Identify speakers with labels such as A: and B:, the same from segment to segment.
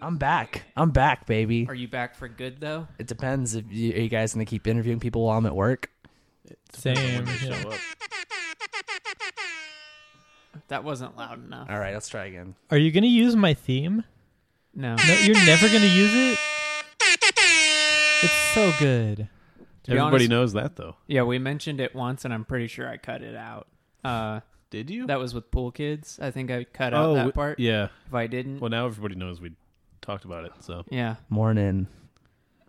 A: I'm back. I'm back, baby.
B: Are you back for good though?
A: It depends if you, are you guys gonna keep interviewing people while I'm at work.
C: Same. yeah.
B: That wasn't loud enough.
A: All right, let's try again.
C: Are you gonna use my theme?
B: No.
C: No, you're never gonna use it. It's so good.
B: be
D: Everybody
B: honest-
D: knows that though.
B: Yeah, we mentioned it once, and I'm pretty sure I cut it out. Uh,
D: Did you?
B: that was with pool kids. I think I cut
D: oh,
B: out
D: we-
B: that part.
D: Yeah.
B: If I didn't,
D: Well, now everybody knows we talked about it. So
B: yeah,
A: Morning.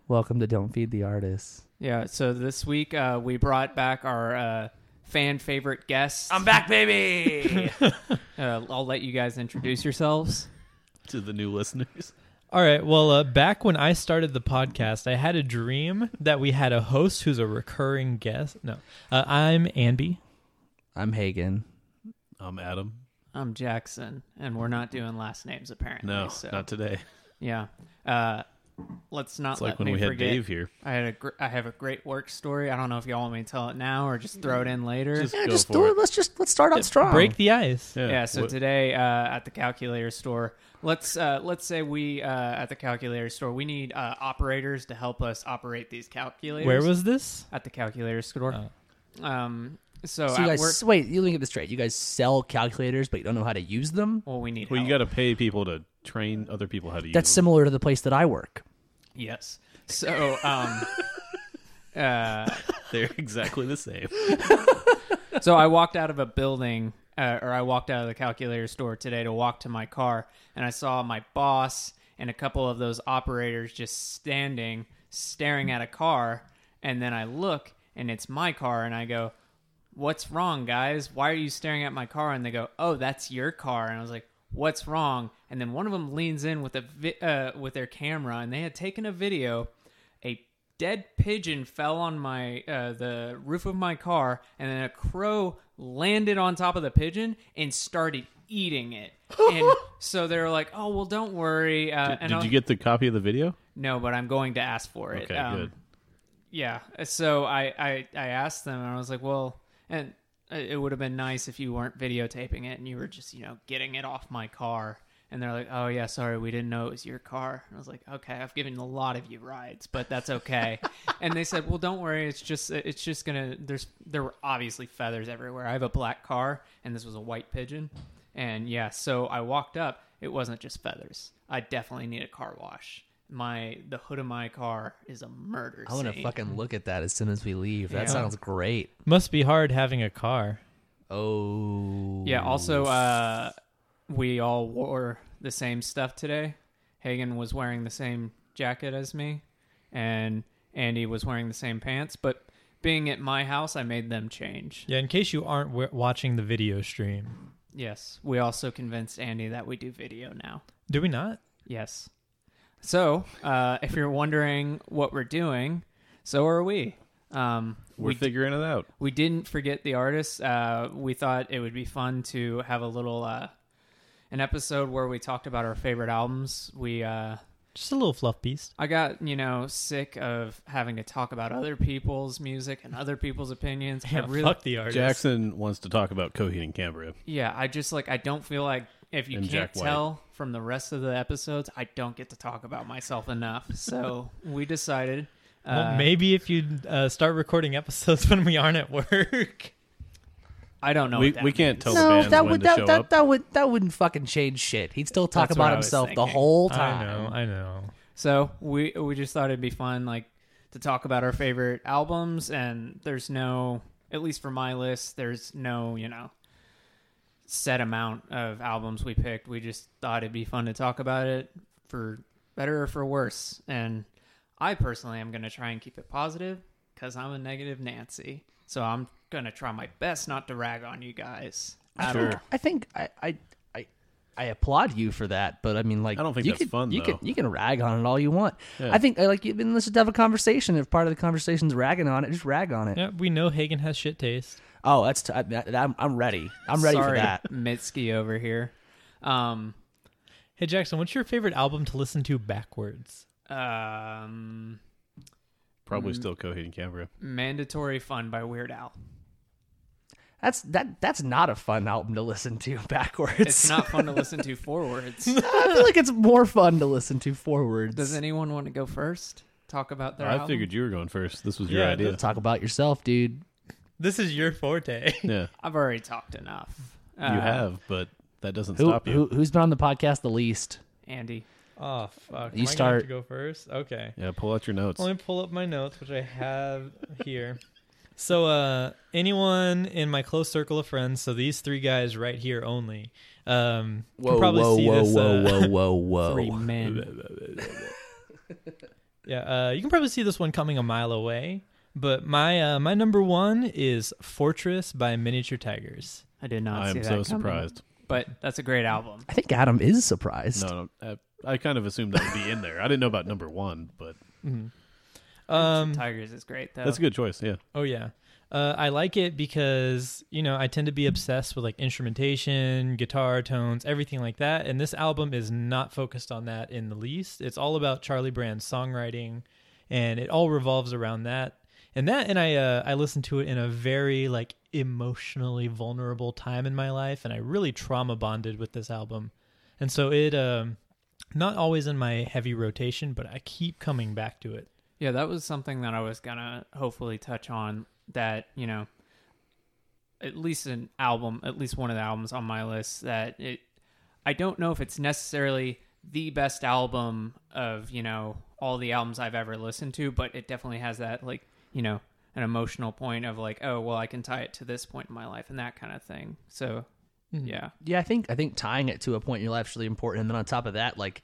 A: Welcome to Don't Feed the Artists.
B: yeah. So this week uh, we brought back our uh, fan favorite guest.
A: I'm back, baby.
B: Uh, I'll let you guys introduce yourselves.
D: to the new listeners,
C: All right. Well, uh, back when I started the podcast, I had a dream that we had a host who's a recurring guest. No, uh, I'm Andy.
A: I'm Hagen.
D: I'm Um, Adam.
B: I'm Jackson, and we're not doing last names apparently.
D: No,
B: so,
D: not today.
B: yeah. Uh, let's not.
D: It's like
B: let
D: when
B: me
D: we had
B: forget.
D: Dave here.
B: I had a gr- I have a great work story. I don't know if y'all want me to tell it now or just throw it in later.
D: Mm. Just
A: Yeah,
D: go
A: just
D: for
A: do it.
D: it.
A: Let's just let's start out strong.
C: Break the ice.
B: yeah so
D: What-
B: today uh, at the calculator store let's uh, let's say we uh, at the calculator store we need uh, operators to help us operate these calculators
C: Where was this?
B: at the calculator store um so,
A: So
B: at
A: you guys,
B: work
A: wait. You look at this straight. You guys sell calculators, but you don't know how to use them.
B: well we need
D: well, you
B: help.
D: got to pay people to train other people how to use.
A: That's
D: them.
A: similar to the place that I work.
B: yes so um uh
D: They're exactly the same.
B: so I walked out of a building, uh, or I walked out of the calculator store today to walk to my car, and I saw my boss and a couple of those operators just standing, staring at a car. And then I look, and it's my car, and I go, What's wrong, guys? Why are you staring at my car? And they go, Oh, that's your car. And I was like, What's wrong? And then one of them leans in with a vi- uh, with their camera, and they had taken a video a dead pigeon fell on my uh, the roof of my car and then a crow landed on top of the pigeon and started eating it and so they were like oh well don't worry uh, and
D: Did
B: I'll-
D: you get the copy of the video?
B: no but i'm going to ask for it
D: Okay,
B: Um,
D: good.
B: yeah so I, I i asked them and i was like well and it would have been nice if you weren't videotaping it and you were just you know getting it off my car and they're like oh yeah sorry we didn't know it was your car and i was like okay i've given a lot of you rides but that's okay and they said well don't worry it's just it's just gonna there's there were obviously feathers everywhere i have a black car and this was a white pigeon and yeah so i walked up it wasn't just feathers i definitely need a car wash my the hood of my car is a murder
A: I want to
B: scene.
A: fucking look at that as soon as we leave. That
B: Yeah.
A: sounds great.
C: Must be hard having a car.
A: Oh.
B: Yeah. Also, uh, we all wore the same stuff today. Hagen was wearing the same jacket as me, and Andy was wearing the same pants. But being at my house, I made them change.
C: Yeah. In case you aren't w- watching the video stream,
B: Yes. We also convinced Andy that we do video now.
C: do we not?
B: Yes. So, uh, if you're wondering what we're doing, so are we. Um,
D: We're
B: we
D: figuring it out.
B: we didn't forget the artists. Uh, we thought it would be fun to have a little uh, an episode where we talked about our favorite albums. We uh,
C: Just a little fluff piece.
B: I got you know sick of having to talk about other people's music and other people's opinions. I really,
C: Fuck the artist.
D: Jackson wants to talk about Coheed and Cambria.
B: yeah, I just like I don't feel like if you
D: And
B: can't
D: Jack White.
B: tell from the rest of the episodes, I don't get to talk about myself enough. So we decided. Uh,
C: well, maybe if you uh, start recording episodes when we aren't at work.
B: I don't know.
D: we
B: what that
D: we can't
B: means.
D: tell the
A: no,
D: bands
A: that
D: when
A: would
D: to
A: that,
D: show
A: that,
D: up.
A: that would that wouldn't fucking change shit. He'd still talk
B: That's what
A: about
B: I was
A: himself the
B: thinking.
A: whole
C: I
A: time.
C: know. I know.
B: So we we just thought it'd be fun, like to talk about our favorite albums. And there's no, at least for my list, there's no you know set amount of albums we picked. We just thought it'd be fun to talk about it for better or for worse. And I personally am gonna try and keep it positive because I'm a negative Nancy. So I'm gonna try my best not to rag on you guys.
A: I think I think I, I I I applaud you for that, but I mean, like,
D: I don't think
A: you
D: that's
A: can,
D: fun,
A: You
D: though.
A: can you can rag on it all you want. I think uh, like you've been let's just have a conversation. If part of the conversation's ragging on it, just rag on it.
C: Yeah, we know Hagen has shit taste.
A: Oh, that's t- I, am I'm ready. I'm ready for
B: Sorry,
A: that.
B: Mitski over here. Um,
C: Hey Jackson, what's your favorite album to listen to backwards?
B: um, Mm.
D: Probably still Coheed and Cambria.
B: Mandatory Fun by Weird Al.
A: That's that. That's not a fun album to listen to backwards.
B: It's not fun to listen to forwards.
A: I feel like it's more fun to listen to forwards.
B: Does anyone want to go first? Talk about their
D: I
B: album?
D: figured you were going first. This was your
C: Yeah,
D: idea.
A: Talk about yourself, dude.
C: This is your forte.
D: Yeah,
B: I've already talked enough. Uh,
D: you have, but that doesn't
A: Who,
D: stop you.
A: who who's been on the podcast the least?
B: Andy.
C: oh fuck.
A: You
C: Am I gonna have
A: start.
C: to go first. Okay.
D: Yeah, pull out your notes.
C: Let me pull up my notes, which I have here. So, uh, anyone in my close circle of friends, so these three guys right here only, um, can probably see this. uh,
A: whoa, whoa,
D: Oh.
B: Three men.
C: Yeah, uh, you can probably see this one coming a mile away. But my uh, my number one is Fortress by Miniature Tigers.
B: I did not
D: I
B: see that.
D: am so
B: coming,
D: surprised.
B: But that's a great album.
A: I think Adam is surprised.
D: No, no I, I kind of assumed that would be in there. I didn't know about number one, but
C: Um,
B: Tigers is great, though.
D: that's a good choice. Yeah,
C: Oh yeah. Uh, I like it because you know I tend to be obsessed with like instrumentation, guitar tones, everything like that, and this album is not focused on that in the least. It's all about Charlie Brand's songwriting, and it all revolves around that. And that, and I uh, I listened to it in a very like emotionally vulnerable time in my life, and I really trauma bonded with this album, and so it um not always in my heavy rotation, but I keep coming back to it.
B: Yeah, that was something that I was gonna hopefully touch on. That you know, at least an album, at least one of the albums on my list. That it, I don't know if it's necessarily the best album of you know all the albums I've ever listened to, but it definitely has that like you know an emotional point of like, oh well, I can tie it to this point in my life and that kind of thing. So yeah,
A: Yeah, I think I think tying it to a point in your life is really important. And then on top of that, like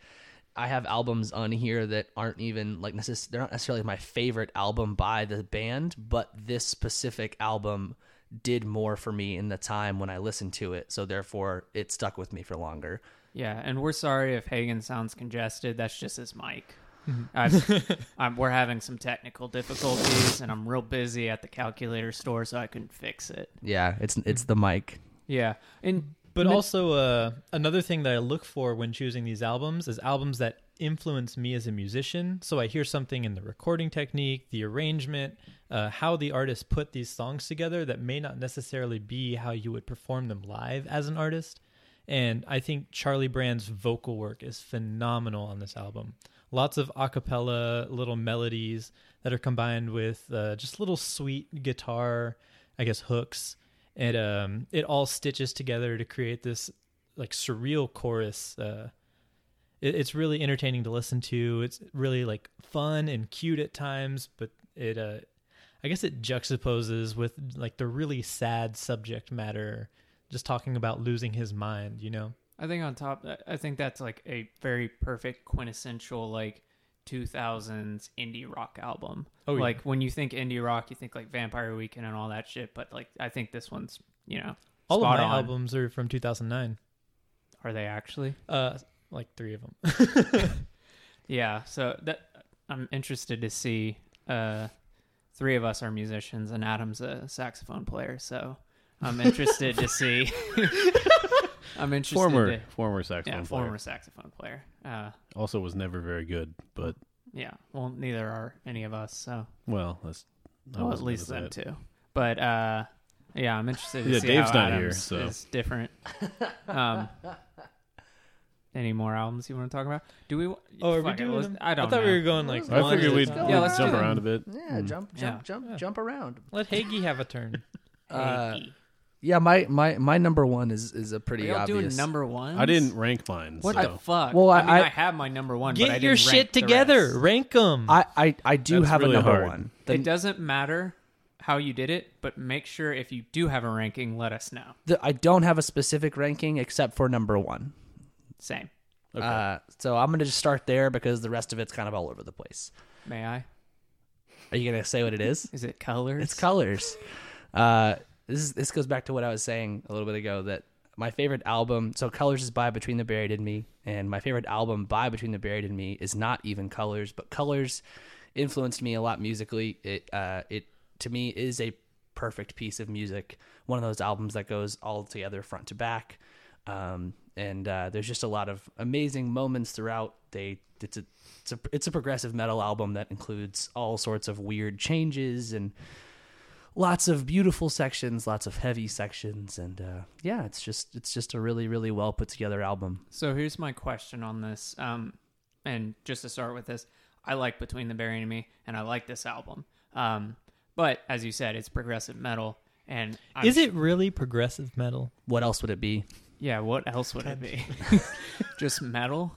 A: I have albums on here that aren't even like necess- they're not necessarily my favorite album by the band, but this specific album did more for me in the time when I listened to it. So therefore, it stuck with me for longer.
B: Yeah, and we're sorry if Hagen sounds congested. That's just his mic. Mm-hmm. I've, I'm, we're having some technical difficulties, and I'm real busy at the calculator store, so I couldn't fix it.
A: Yeah, it's it's the mic.
B: Yeah, and
C: But also, uh, another thing that I look for when choosing these albums is albums that influence me as a musician. So I hear something in the recording technique, the arrangement, uh, how the artist put these songs together that may not necessarily be how you would perform them live as an artist. And I think Charlie Brand's vocal work is phenomenal on this album. Lots of a cappella little melodies that are combined with uh, just little sweet guitar, I guess, hooks and um, it all stitches together to create this like surreal chorus. Uh, it, it's really entertaining to listen to. It's really like fun and cute at times, but it, uh, I guess, it juxtaposes with like the really sad subject matter, just talking about losing his mind. You know,
B: I think on top, I- I think that's like a very perfect quintessential like 2000s indie rock album.
C: Oh, yeah.
B: Like when you think indie rock, you think like Vampire Weekend and all that shit. But like, I think this one's you know
C: all
B: spot
C: of my
B: on.
C: albums are from 2009.
B: Are they actually?
C: Uh, like three of them.
B: Yeah, so that I'm interested to see. Uh, three of us are musicians, and Adam's a saxophone player, so I'm interested to see. I'm interested.
D: former
B: to,
D: former saxophone
B: yeah,
D: player.
B: former saxophone player. Uh,
D: Also, was never very good, but
B: yeah, well, neither are any of us, so
D: well, that's I
B: well, at
D: wasn't
B: least
D: gonna
B: them
D: say
B: too. But uh, yeah, I'm interested to
D: Yeah,
B: see
D: Dave's
B: how
D: not here,
B: Adam's
D: so.
B: is different. Um, any more albums you want to talk about? Do we?
C: Oh, are we
B: fuck it,
C: doing
B: let's-
C: them?
B: I don't
C: I thought
B: know.
C: we were going like.
D: it. I
C: one
D: figured
C: at a
D: we'd,
C: time.
B: Yeah,
D: we'd
B: let's
D: jump
B: do it.
D: around a bit.
A: Yeah, jump, jump,
B: Yeah.
A: jump, jump around.
C: Let Hagee have a turn.
A: Uh,
B: Hey,
A: Yeah, my my my number one is is a
B: are
A: pretty
B: y'all doing
A: obvious.
B: number one?
D: I didn't rank mine.
B: What
D: so.
B: the fuck?
A: Well, I-
B: I, mean, I,
A: I-
B: have my number one. but I
C: Get
B: didn't
C: your
B: rank
C: shit
B: the
C: together.
B: rest.
C: Rank them.
A: I I, I do
D: That's
A: have a
D: really
A: number
D: hard.
A: one. The-
B: It doesn't matter how you did it, but make sure if you do have a ranking, let us know.
A: the- I don't have a specific ranking except for number one.
B: Same.
A: Uh, so I'm gonna just start there because the rest of it's kind of all over the place.
B: May I?
A: Are you gonna say what it is?
B: Is it colors?
A: it's colors. Uh, this is, this goes back to what I was saying a little bit ago that my favorite album. So Colors is by Between the Buried and Me, and my favorite album by Between the Buried and Me is not even Colors, but Colors influenced me a lot musically. It uh, it to me is a perfect piece of music. One of those albums that goes all together front to back. Um, and uh, there's just a lot of amazing moments throughout. They it's a it's a, it's a progressive metal album that includes all sorts of weird changes and lots of beautiful sections, lots of heavy sections, and uh, yeah, it's just it's just a really really well put together album.
B: So here's my question on this. Um, and just to start with this, I like Between the Barry and Me, and I like this album. Um, but as you said, it's progressive metal, and I'm-
C: Is it really progressive metal?
A: What else would it be?
B: Yeah. What else would it be? just metal.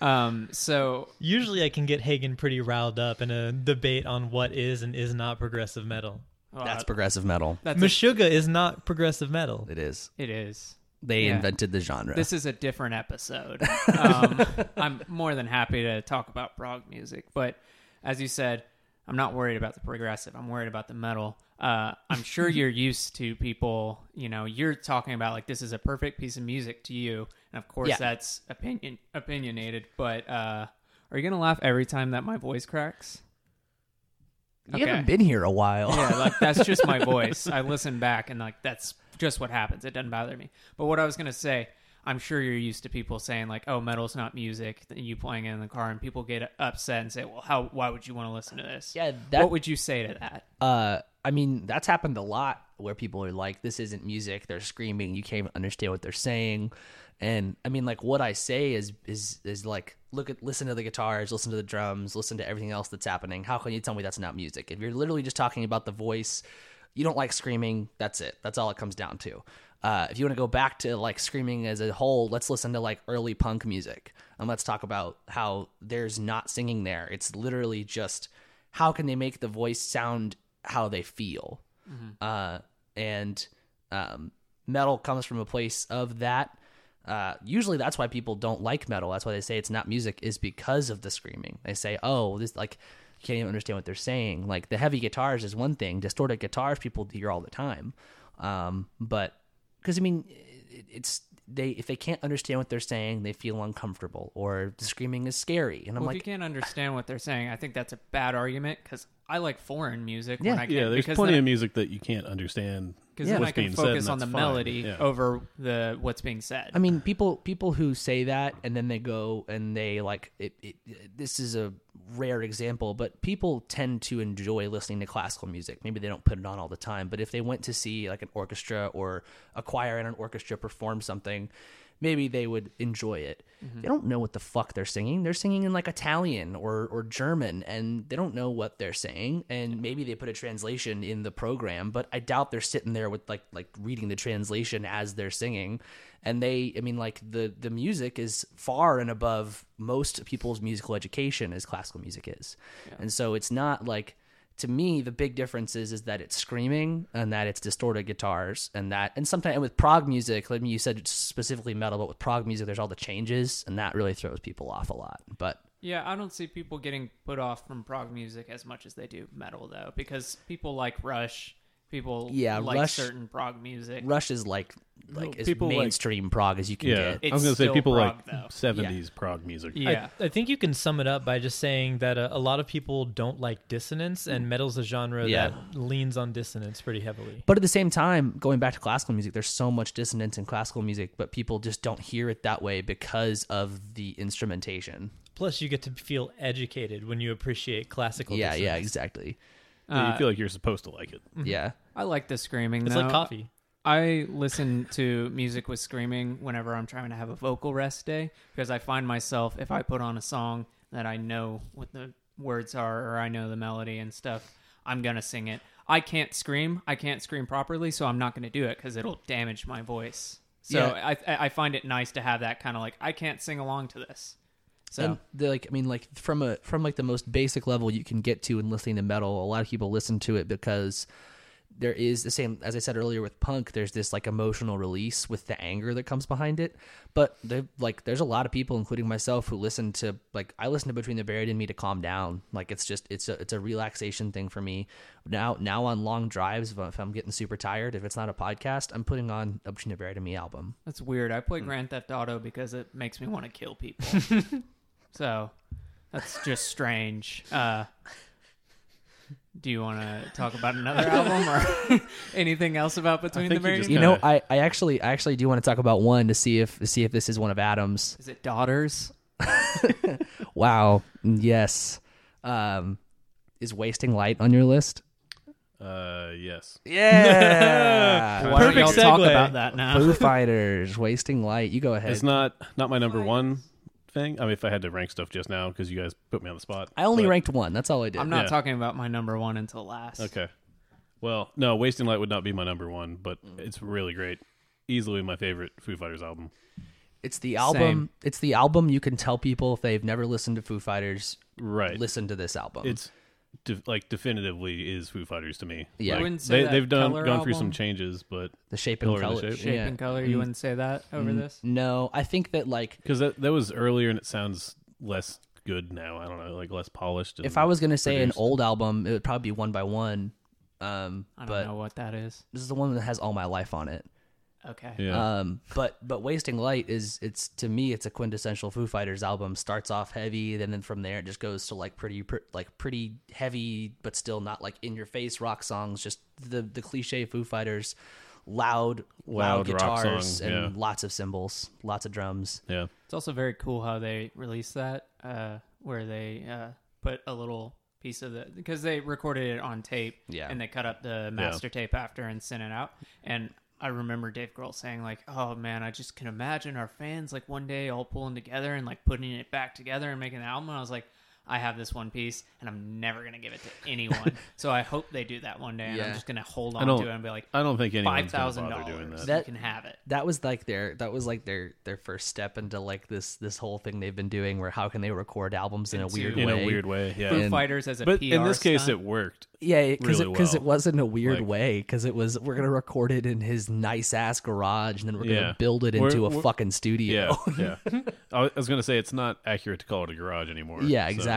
B: Um. So
C: Usually, I can get Hagen pretty riled up in a debate on what is and is not progressive metal.
B: uh,
A: That's progressive metal.
B: that's a-
C: Meshuggah is not progressive metal.
A: It is.
B: it is.
A: They
B: Yeah.
A: invented the genre.
B: This is a different episode. Um, I'm more than happy to talk about prog music, but as you said, I'm not worried about the progressive. I'm worried about the metal. Uh, I'm sure you're used to people. You know, you're talking about like this is a perfect piece of music to you, and of course
A: Yeah.
B: that's opinion opinionated. But uh, are you gonna laugh every time that my voice cracks?
A: you
B: okay.
A: haven't been here a while.
B: Yeah, like that's just my voice. I listen back and like that's just what happens. It doesn't bother me. But what I was gonna say, I'm sure you're used to people saying like, "Oh, metal's not music." And you playing it in the car, and people get upset and say, "Well, how? Why would you want to listen to this?"
A: Yeah, that-
B: what would you say to that?
A: uh, I mean, that's happened a lot where people are like, this isn't music. They're screaming. You can't understand what they're saying. And I mean, like what I say is, is, is like, look at, listen to the guitars, listen to the drums, listen to everything else that's happening. How can you tell me that's not music? If you're literally just talking about the voice, you don't like screaming. That's it. That's all it comes down to. Uh, if you want to go back to like screaming as a whole, let's listen to like early punk music and let's talk about how there's not singing there. It's literally just how can they make the voice sound how they feel
B: Mm-hmm.
A: uh, and um, metal comes from a place of that uh, usually that's why people don't like metal that's why they say it's not music is because of the screaming they say oh this like you can't even understand what they're saying like the heavy guitars is one thing distorted guitars people hear all the time um, but because i mean it, it's they if they can't understand what they're saying they feel uncomfortable or the screaming is scary and i'm
B: Well,
A: like
B: if you can't understand what they're saying, I think that's a bad argument because I like foreign music.
A: Yeah.
B: when I can,
D: Yeah, there's
B: because
D: plenty
B: then,
D: of music that you can't understand.
B: Because
A: Yeah.
B: then
D: what's
B: I can
D: being said, and
B: focus on the
D: that's fine.
B: melody Oh,
D: Yeah.
B: over the what's being said.
A: I mean, people people who say that and then they go and they like it, it, This is a rare example, but people tend to enjoy listening to classical music. Maybe they don't put it on all the time, but if they went to see like an orchestra or a choir and an orchestra perform something, maybe they would enjoy it. They don't know what the fuck they're singing. They're singing in like Italian or or German, and they don't know what they're saying. And maybe they put a translation in the program, but I doubt they're sitting there with like like reading the translation as they're singing. And they, I mean, like the the music is far and above most people's musical education as classical music is, and so it's not like to me the big difference is is that it's screaming and that it's distorted guitars and that and sometimes and with prog music like you said specifically metal but with prog music there's all the changes and that really throws people off a lot but
B: Yeah, I don't see people getting put off from prog music as much as they do metal, though, because people like Rush. People
A: Yeah,
B: like
A: Rush-
B: certain prog music.
A: rush is like like as
D: people like-
A: mainstream prog as you can
D: Yeah,
A: get
D: I was
B: It's
D: gonna say
B: still
D: people
B: prog,
D: like
B: though.
D: '70s prog music.
C: I-
B: Yeah.
C: I, think you can sum it up by just saying that uh, a lot of people don't like dissonance, and metal's a genre
A: Yeah.
C: that leans on dissonance pretty heavily.
A: but at the same time going back to classical music there's so much dissonance in classical music but people just don't hear it that way because of the instrumentation
C: Plus, you get to feel educated when you appreciate classical.
A: yeah yeah
C: dissonance.
A: exactly
D: Yeah,
B: Uh,
D: you feel like you're supposed to like it.
A: yeah
B: I like the screaming.
C: It's
B: though.
C: like coffee.
B: I listen to music with screaming whenever I'm trying to have a vocal rest day because I find myself if I put on a song that I know what the words are or I know the melody and stuff, I'm gonna sing it. I can't scream. I can't scream properly, so I'm not gonna do it because it'll damage my voice. So
A: Yeah.
B: I I I find it nice to have that kind of like I can't sing along to this. So
A: And the, like I mean, like from a from like the most basic level you can get to in listening to metal, a lot of people listen to it because there is the same as I said earlier with punk. There's this like emotional release with the anger that comes behind it. But the like, there's a lot of people, including myself, who listen to like I listen to Between the Buried and Me to calm down. Like it's just it's a it's a relaxation thing for me. Now now on long drives, if I'm- if I'm getting super tired, if it's not a podcast, I'm putting on a Between the Buried and Me album.
B: That's weird. I play Grand Theft Auto because it makes me want to kill people. so that's just strange. Uh, do you want to talk about another album or anything else about Between the
D: think you
B: Married?
D: just
B: and-
A: You know,
D: Kinda-
A: I, I actually I actually do want to talk about one to see if see if this is one of Adams.
B: Is it Daughters?
A: Wow. Yes. Um, is wasting light on your list?
D: Uh, yes.
A: Yeah.
B: Why don't
C: Perfect
B: y'all talk
C: segue.
B: about that now?
A: Foo Fighters, Wasting Light. You go ahead.
D: It's not not my number one thing. I mean, if I had to rank stuff just now, because you guys put me on the spot.
A: I only
D: but-
A: ranked one. That's all I did.
B: I'm not
D: Yeah.
B: talking about my number one until last.
D: Okay. Well, no, Wasting Light would not be my number one, but it's really great. Easily my favorite Foo Fighters album.
A: it's the album.
B: Same.
A: It's the album you can tell people if they've never listened to Foo Fighters,
D: Right.
A: listen to this album.
D: It's de- like definitively is Foo Fighters to me.
A: Yeah. I
D: Like,
B: wouldn't say
D: they,
B: that
D: they've done
B: Colour
D: gone through some
B: album-
D: changes, but
A: the shape and
D: Color and the
A: color.
D: Shape.
B: Shape
A: Yeah.
B: and color. You wouldn't say that over this.
A: No, I think that like
D: because that that was earlier and it sounds less good now. I don't know, like less polished. And
A: if I was gonna say
D: produced.
A: an old album, it would probably be one by one. Um,
B: I don't
A: but
B: know what that is.
A: this is the one that has all my life on it.
B: Okay.
D: yeah,
A: Um, but but wasting light is it's to me it's a quintessential Foo Fighters album. Starts off heavy, then then from there it just goes to like pretty pr- like pretty heavy, but still not like in your face rock songs. Just the the cliche Foo Fighters, loud loud,
D: Loud rock
A: guitars
D: songs,
A: and
D: yeah.
A: lots of cymbals, lots of drums.
D: yeah,
B: It's also very cool how they released that, uh, where they uh, put a little piece of the because they recorded it on tape,
A: Yeah.
B: and they cut up the master tape after and sent it out. And I remember Dave Grohl saying like, "Oh man, I just can imagine our fans like one day all pulling together and like putting it back together and making an album." And I was like. I have this one piece, and I'm never gonna give it to anyone. so I hope they do that one day, and
A: Yeah.
B: I'm just gonna hold
D: I
B: on
D: don't-
B: to it and be like,
D: I don't think
B: five
D: anyone's gonna
B: thousand
D: bother doing
B: dollars,
D: that.
A: That-
B: you can have it.
A: that was like their that was like their their first step into like this this whole thing they've been doing where how can they record albums in a
B: Into-
A: weird
D: in
A: way
D: a weird way. Yeah,
B: Foo
A: And-
B: Fighters as a
D: but
B: PR
D: in this case,
B: stunt.
D: it worked.
A: yeah because
D: really
A: it, 'cause it
D: well.
A: wasn't a weird
D: Like-
A: way because it was we're gonna record it in his nice ass garage and then we're gonna
D: Yeah.
A: build it
D: We're-
A: into a
D: we're-
A: fucking studio
D: Yeah, yeah. I was gonna say it's not accurate to call it a garage anymore.
A: Yeah,
D: so-
A: exactly.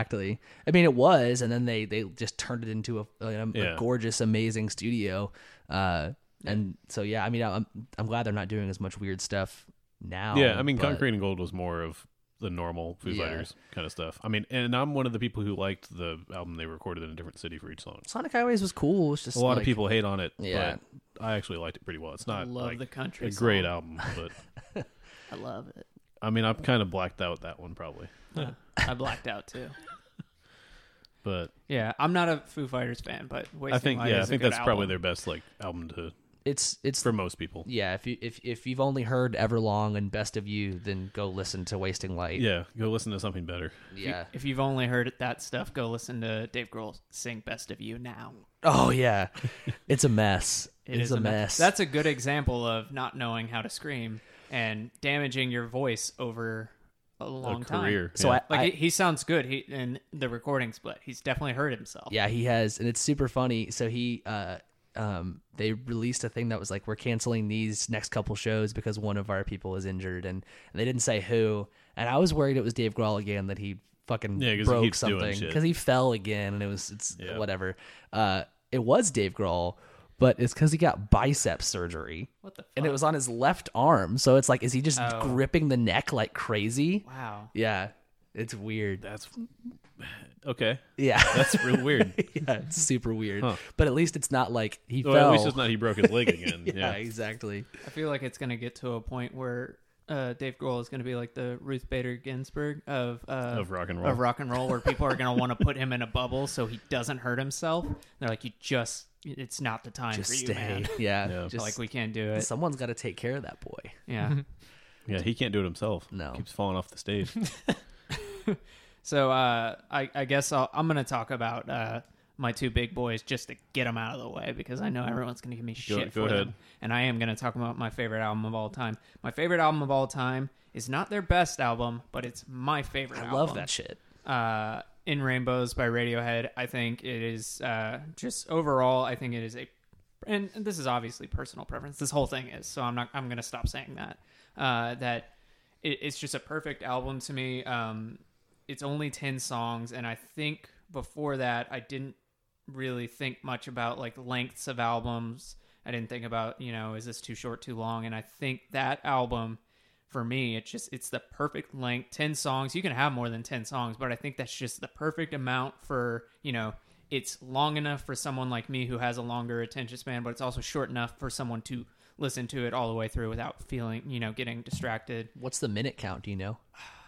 A: I mean, it was, and then they they just turned it into a, a, a
D: Yeah.
A: gorgeous, amazing studio. Uh, and so yeah, I mean, I'm I'm glad they're not doing as much weird stuff now.
D: Yeah, I mean,
A: but-
D: Concrete and Gold was more of the normal Foo
A: Yeah.
D: Fighters kind of stuff. I mean, and I'm one of the people who liked the album they recorded in a different city for each song.
A: Sonic Highways was cool. It's just
D: A lot of
A: like-
D: people hate on it,
A: Yeah.
D: but I actually liked it pretty well. It's not
B: love
D: like
B: the country
D: a great
B: song.
D: album, but
B: I love it.
D: I mean, I've kind of blacked out that one probably.
B: I blacked out too.
D: But
B: Yeah, I'm not a Foo Fighters fan, but Wasting
D: I think,
B: Light is
D: yeah, I
B: a
D: think
B: good
D: that's probably
B: album.
D: their best like album to
A: It's it's
D: for most people.
A: yeah. If you if if you've only heard Everlong and Best of You, then go listen to Wasting Light.
D: Yeah, go listen to something better.
A: yeah.
B: If you've only heard that stuff, go listen to Dave Grohl sing "Best of You" now.
A: Oh yeah, it's a mess.
B: It
A: it's
B: is
A: a mess.
B: That's a good example of not knowing how to scream and damaging your voice over a long
D: a career.
B: time.
A: so
D: yeah.
A: I,
B: Like
A: I-
B: he, he sounds good. He in the recordings, but he's definitely hurt himself.
A: Yeah, he has, and it's super funny. So he, uh, um, they released a thing that was like, we're canceling these next couple shows because one of our people is injured, and, and they didn't say who. And I was worried it was Dave Grohl again that he fucking
D: Yeah, 'cause he
A: broke
D: keeps doing
A: something
D: shit.
A: because he fell again, and it was it's
D: Yeah.
A: whatever. Uh, it was Dave Grohl, but it's because he got bicep surgery.
B: What the? Fuck?
A: And it was on his left arm, so it's like, is he just gripping the neck like crazy?
B: wow.
A: Yeah, it's weird.
D: That's okay.
A: Yeah,
D: That's real weird.
A: yeah, it's super weird. But at least it's not like he
D: Well,
A: fell.
D: at least it's not he broke his leg again.
A: yeah,
D: yeah.
A: exactly.
B: I feel like it's gonna get to a point where uh, Dave Grohl is gonna be like the Ruth Bader Ginsburg of uh,
D: Of rock and roll.
B: of rock and roll, where people are gonna want to put him in a bubble so he doesn't hurt himself. And they're like, you just, it's not the time
A: Just
B: for you,
A: stay.
B: man.
A: Yeah,
D: Yeah.
A: just
B: like we can't do it.
A: someone's got to take care of that boy.
B: Yeah.
D: Yeah, he can't do it himself.
A: No.
D: keeps falling off the stage.
B: so uh, I, I guess I'll, I'm gonna talk about uh, my two big boys just to get them out of the way because I know everyone's gonna give me shit
D: go
B: for them.
D: ahead.
B: And I am gonna talk about my favorite album of all time. My favorite album of all time is not their best album, but it's my favorite.
A: I
B: album.
A: love that shit.
B: uh, in Rainbows by Radiohead. I think it is uh, just overall. I think it is a, and this is obviously personal preference. This whole thing is. So I'm not. I'm gonna stop saying that. Uh, that it, it's just a perfect album to me. Um, it's only ten songs, and I think before that I didn't really think much about like lengths of albums. I didn't think about you know is this too short, too long, and I think that album for me it's just it's the perfect length 10 songs you can have more than 10 songs but i think that's just the perfect amount for you know it's long enough for someone like me who has a longer attention span but it's also short enough for someone to listen to it all the way through without feeling you know getting distracted
A: What's the minute count? Do you know?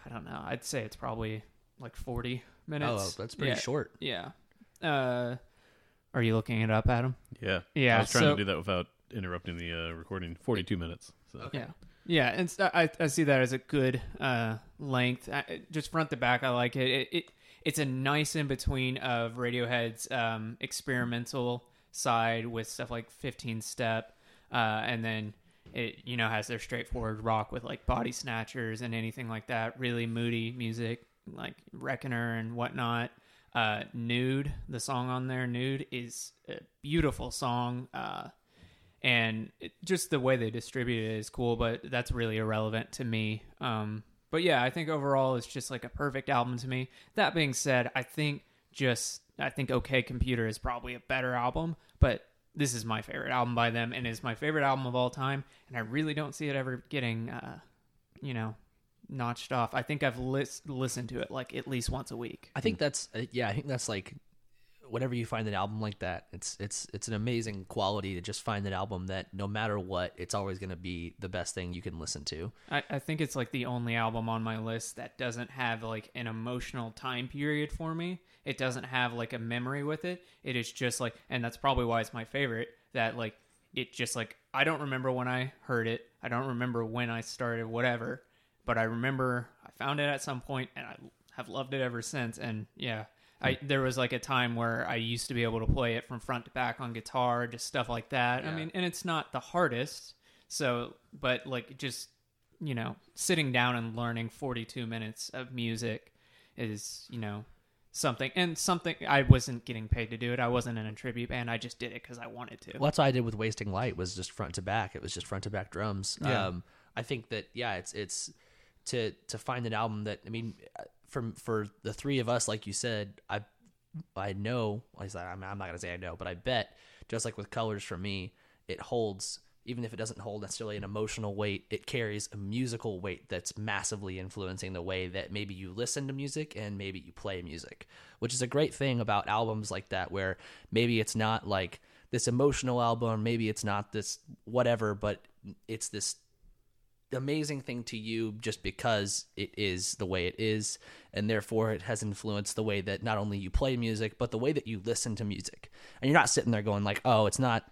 B: i don't know i'd say it's probably like 40 minutes
A: Oh, that's pretty
B: Yeah.
A: short.
B: yeah uh Are you looking it up, Adam?
D: Yeah.
B: Yeah,
D: I was trying
B: so-
D: to do that without interrupting the uh, recording. Forty-two minutes. So.
B: Yeah. Yeah, and so I, I see that as a good uh, length. I- I, just front to back, I like it. It, it. It's a nice in between of Radiohead's um, experimental side with stuff like 15 Step, uh, and then it you know has their straightforward rock with like Body Snatchers and anything like that. Really moody music like Reckoner and whatnot. Uh, Nude, the song on there, Nude is a beautiful song. Uh, and it, just the way they distribute it is cool but that's really irrelevant to me um but yeah i think overall it's just like a perfect album to me that being said i think just i think okay computer is probably a better album but this is my favorite album by them and is my favorite album of all time and i really don't see it ever getting uh you know notched off i think i've lis- listened to it like at least once a week
A: I
D: Hmm.
A: think that's uh, yeah. I think that's like whenever you find an album like that, it's it's it's an amazing quality to just find an album that no matter what, it's always going to be the best thing you can listen to.
B: I, I think it's like the only album on my list that doesn't have like an emotional time period for me. It doesn't have like a memory with it. It is just like, and that's probably why it's my favorite. That like, it just like I don't remember when I heard it. I don't remember when I started whatever, but I remember I found it at some point and I have loved it ever since. And yeah, I there was like a time where I used to be able to play it from front to back on guitar, just stuff like that. I mean, and it's not the hardest. So, but like just you know, sitting down and learning 42 minutes of music is, you know, something and something I wasn't getting paid to do it. I wasn't in a tribute band. I just did it cuz I wanted to.
A: Well, that's what I did with Wasting Light was just front to back. It was just front to back drums.
C: Yeah.
A: Um, I think that yeah, it's it's to to find an album that I mean, uh, from for the three of us, like you said, I I know. At least I, I'm I'm not gonna say I know, but I bet just like with Colors for me, it holds. Even if it doesn't hold necessarily an emotional weight, it carries a musical weight that's massively influencing the way that maybe you listen to music and maybe you play music, which is a great thing about albums like that, where maybe it's not like this emotional album, maybe it's not this whatever, but it's this amazing thing to you just because it is the way it is and therefore it has influenced the way that not only you play music but the way that you listen to music and you're not sitting there going like oh it's not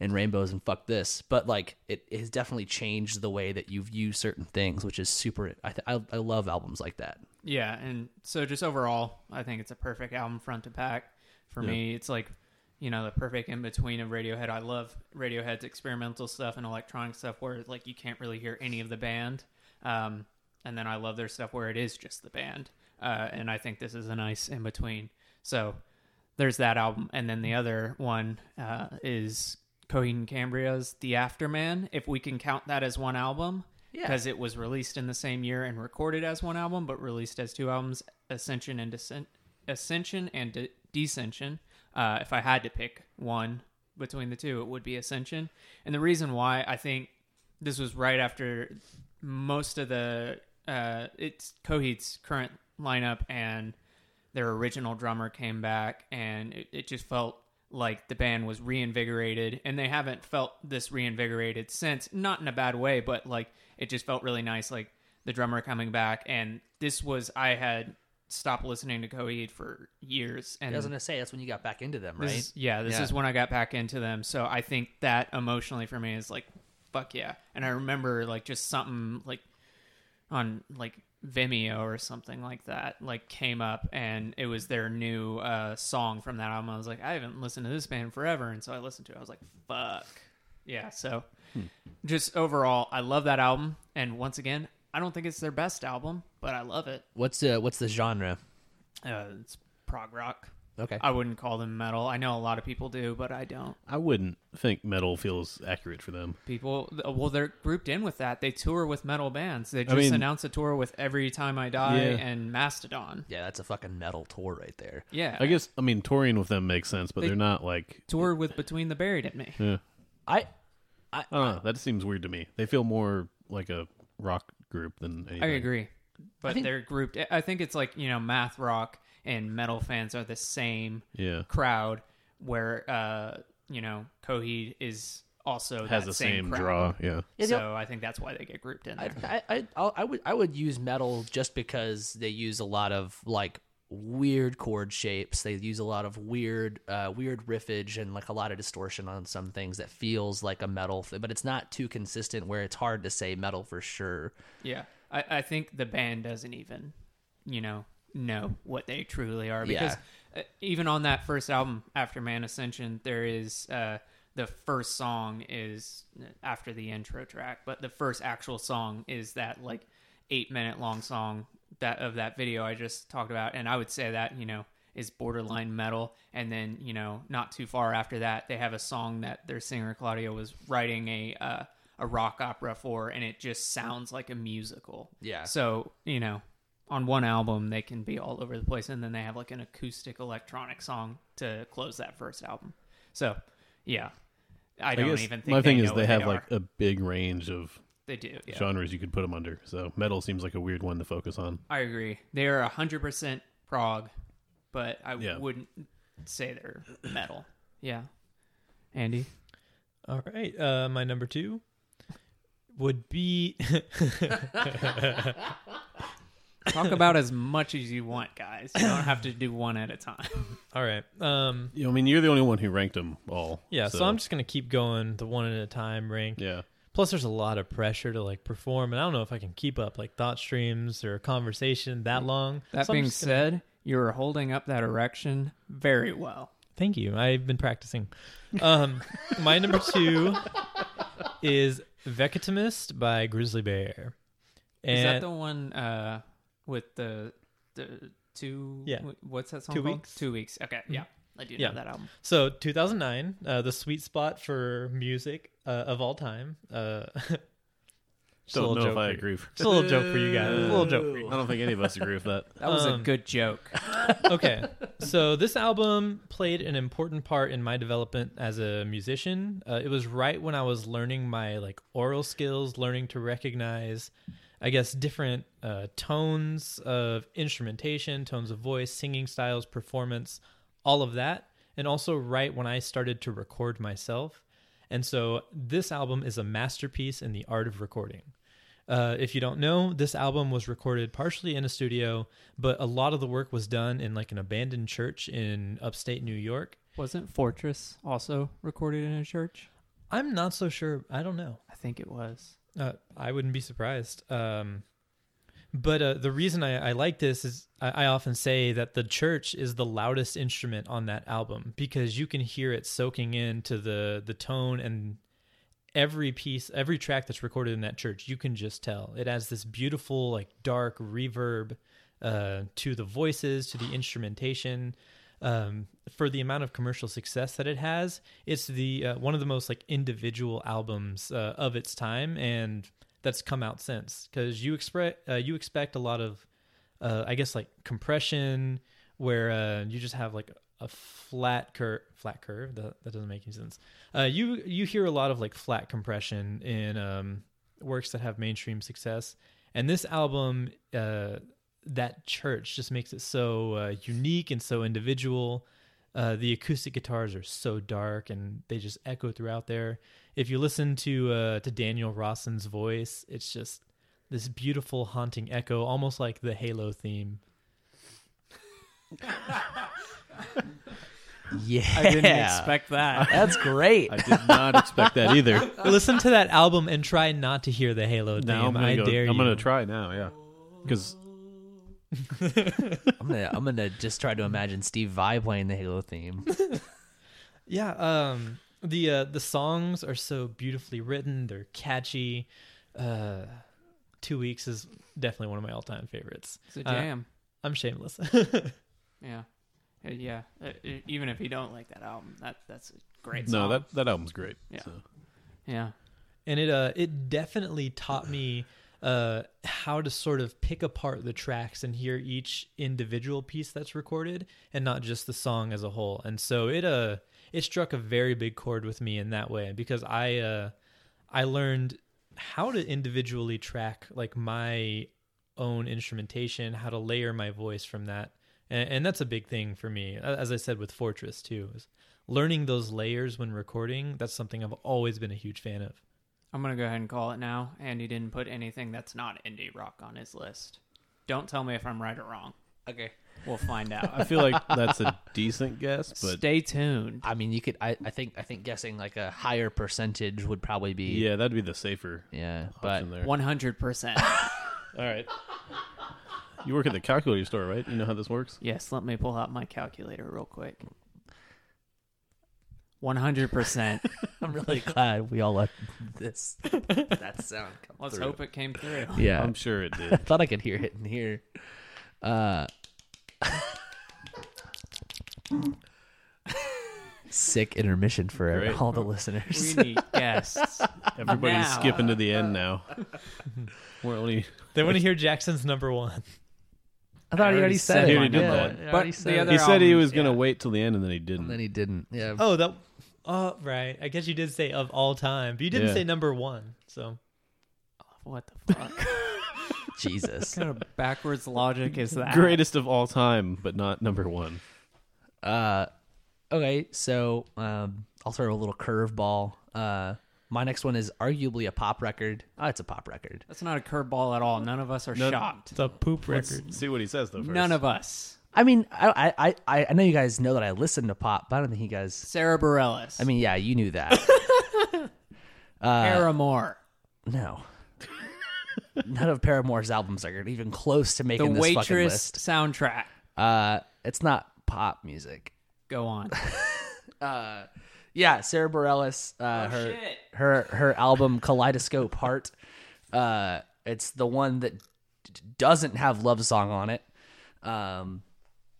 A: in rainbows and fuck this but like it, it has definitely changed the way that you view certain things which is super I, th- I, I love albums like that
B: Yeah, and so just overall, I think it's a perfect album front to back. For me, it's like, you know, the perfect in between of Radiohead. I love Radiohead's experimental stuff and electronic stuff where like you can't really hear any of the band. Um, and then I love their stuff where it is just the band. Uh, and I think this is a nice in between. So there's that album, and then the other one uh, is Coheed and Cambria's "The Afterman." If we can count that as one album,
A: Yeah.
B: because it was released in the same year and recorded as one album, but released as two albums: Ascension and Descent, Ascension and De- Descension. Uh, if I had to pick one between the two, it would be Ascension. And the reason why I think this was right after most of the uh, it's Coheed's current lineup and their original drummer came back and it, it just felt like the band was reinvigorated and they haven't felt this reinvigorated since not in a bad way but like it just felt really nice like the drummer coming back and this was i had stopped listening to coheed for years and
A: i was gonna say that's when you got back into them right
B: this is- yeah, this
A: Yeah.
B: is when I got back into them. So I think that emotionally for me is like, fuck yeah. And I remember like just something like on like Vimeo or something like that, like came up and it was their new uh, song from that album. I was like, I haven't listened to this band forever. And so I listened to it. I was like, fuck. Yeah. So
A: Hmm.
B: just overall, I love that album. And once again, I don't think it's their best album, but I love it.
A: what's the what's the genre Uh,
B: Uh, it's prog rock.
A: okay
B: I wouldn't call them metal. I know a lot of people do, but I don't.
D: I wouldn't think metal feels accurate for them.
B: People, th- well, they're grouped in with that. They tour with metal bands. They just
D: mean-
B: announced a tour with Every Time I Die
D: Yeah.
B: and Mastodon.
A: yeah that's a fucking metal tour right there
B: Yeah,
D: I guess I mean touring with them makes sense, but they, are not like.
B: tour with Between the Buried and Me.
D: Yeah,
A: i
D: I don't know. That seems weird to me. They feel more like a rock group than anything.
B: I agree, but
A: think-
B: they're grouped. I think it's like you know, math rock and metal fans are the same
D: Yeah,
B: crowd. Where uh, you know, Coheed is also
D: has
B: that
D: the
B: same,
D: same,
B: crowd.
D: draw. Yeah,
A: Yeah, the-
B: So I think that's why they get grouped in there.
A: I, I, I, I'll- I would I would use metal just because they use a lot of like weird chord shapes. They use a lot of weird, uh, weird riffage and like a lot of distortion on some things that feels like a metal, th- but it's not too consistent where it's hard to say metal for sure.
B: Yeah. I, I think the band doesn't even, you know, know what they truly are
A: Yeah.
B: because uh, even on that first album after Man Ascension, there is uh the first song is after the intro track, but the first actual song is that like 8 minute long song that of that video I just talked about and I would say that, you know, is borderline metal and then, you know, not too far after that they have a song that their singer Claudio was writing a uh a rock opera for and it just sounds like a musical.
A: Yeah.
B: So, you know, on one album they can be all over the place and then they have like an acoustic electronic song to close that first album. So, yeah. I
D: I
B: don't
D: guess
B: even think
D: my
B: they
D: thing
B: know
D: is
B: what
D: they have
B: are.
D: like a big range of
B: they do. Yeah.
D: genres you could put them under. So metal seems like a weird one to focus on.
B: I agree. They are 100% prog, but I
D: Yeah.
B: wouldn't say they're metal. Yeah. Andy,
C: All right. Uh, my number two would be
B: talk about as much as you want, guys. You don't have to do one at a time.
C: all right. Um,
D: Yeah, I mean, you're the only one who ranked them all.
C: yeah. So, I'm just gonna keep going the one at a time rank.
D: yeah.
C: Plus, there's a lot of pressure to like perform, and I don't know if I can keep up like thought streams or conversation that long.
B: That
C: So I'm
B: being
C: just gonna-
B: said, you're holding up that erection very well.
C: thank you. I've been practicing. Um, my number two is Vecatimist by Grizzly Bear. And
B: Is that the one uh, with the the two?
C: Yeah.
B: wh- What's that song?
C: Two
B: called?
C: Weeks. Mm-hmm.
B: Two weeks. Okay. Yeah, I do
C: Yeah.
B: know that album.
C: So 2009, uh, the sweet spot for music uh, of all time. Uh, just a
D: Don't
C: little
D: know if
C: joke
D: I
C: for you.
D: agree. for-
C: Just a little joke for you guys. A little joke. For you.
D: I don't think any of us agree with that.
B: That was
C: Um,
B: a good joke.
C: Okay, so this album played an important part in my development as a musician. Uh, it was right when I was learning my like oral skills, learning to recognize, I guess, different uh, tones of instrumentation, tones of voice, singing styles, performance, all of that, and also right when I started to record myself. And so this album is a masterpiece in the art of recording. Uh, if you don't know, this album was recorded partially in a studio, but a lot of the work was done in like an abandoned church in upstate New York.
B: Wasn't Fortress also recorded in a church?
C: I'm not so sure. I don't know.
B: I think it was.
C: Uh, I wouldn't be surprised. Um, but uh, the reason I, I like this is I, I often say that the church is the loudest instrument on that album because you can hear it soaking into the the tone and every piece, every track that's recorded in that church. You can just tell it has this beautiful like dark reverb uh, to the voices, to the instrumentation. Um, for the amount of commercial success that it has, it's the uh, one of the most like individual albums uh, of its time, and that's come out since because you expect uh, you expect a lot of uh, I guess like compression where uh, you just have like a flat curve flat curve that, that doesn't make any sense uh, you you hear a lot of like flat compression in um, works that have mainstream success and this album uh, that church just makes it so uh, unique and so individual uh, the acoustic guitars are so dark and they just echo throughout there if you listen to uh, to Daniel Rawson's voice it's just this beautiful haunting echo almost like the Halo theme
A: Yeah.
B: I didn't expect
C: Uh,
B: that.
A: That's great.
D: I did not expect that either.
C: listen to that album and try not to hear the Halo
D: Now I'm
C: theme.
D: gonna
C: I
D: go-
C: dare you.
D: I'm gonna try now. Yeah, because
A: I'm gonna, I'm gonna just try to imagine Steve Vai playing the Halo theme.
C: Yeah, um the uh the songs are so beautifully written, they're catchy. Uh 2 weeks is definitely one of my all-time favorites.
B: It's a
C: Uh,
B: jam.
C: I'm shameless.
B: yeah. Uh, Yeah. Uh, e- Even if you don't like that album, that that's a great
D: no,
B: song.
D: that that album's great.
B: Yeah.
D: So.
B: yeah.
C: and it uh it definitely taught me uh how to sort of pick apart the tracks and hear each individual piece that's recorded and not just the song as a whole and so it uh it struck a very big chord with me in that way because i uh i learned how to individually track like my own instrumentation how to layer my voice from that and, and that's a big thing for me A- as i said with fortress too is learning those layers when recording that's something i've always been a huge fan of
B: I'm gonna go ahead and call it now. Andy didn't put anything that's not indie rock on his list. Don't tell me if I'm right or wrong.
A: Okay.
B: We'll find out.
D: I feel like that's a decent guess, but
B: Stay tuned.
A: I mean, you could. I, I think. I think guessing like a higher percentage would probably be.
D: yeah, that'd be the safer
A: Yeah. But
D: option there.
B: One hundred percent.
D: All right. You work at the calculator store, right? You know how this works?
B: Yes, let me pull out my calculator real quick. One hundred percent.
A: I'm really glad we all let this that sound come
B: Let's
A: through.
B: hope it came through.
A: Yeah.
D: I'm sure it did.
A: I thought I could hear it in here. Uh, sick intermission for
D: Great.
A: all the listeners.
B: We need guests.
D: Everybody's
B: Now.
D: skipping to the end now. We're only
C: They want to hear Jackson's number one.
A: I thought he
B: I
A: already
B: already
A: said
D: said
A: it.
D: my number
A: Yeah,
D: one.
A: I
B: But
A: already
B: the
A: said it.
B: other-
D: He said he
B: albums,
D: was going to
B: yeah.
D: wait till the end, and then he didn't.
A: And then he didn't. Yeah.
C: Oh, that. Oh, right. I guess you did say of all time, but you didn't
D: Yeah.
C: say number one. So
B: What the fuck? what
A: Jesus.
B: kind of backwards logic is that?
D: Greatest of all time, but not number one.
A: Uh, okay, so um, I'll throw a little curveball. Uh, my next one is arguably a pop record. Oh, it's a pop record.
B: That's not a curveball at all. None of us are shocked.
C: the poop
D: Let's
C: record.
D: see what he says though. First.
B: None of us.
A: I mean, I I, I I know you guys know that I listen to pop, but I don't think you guys.
B: Sarah Bareilles.
A: I mean, uh, yeah, you knew that.
B: Paramore.
A: no. None of Paramore's albums are even close to
B: The
A: making this fucking
B: Waitress
A: list.
B: soundtrack.
A: Uh, it's not pop music.
B: Go on.
A: Yeah, Sarah Bareilles. Uh, her
B: shit.
A: her her album Kaleidoscope Heart. Uh, it's the one that d- doesn't have love song on it. Um,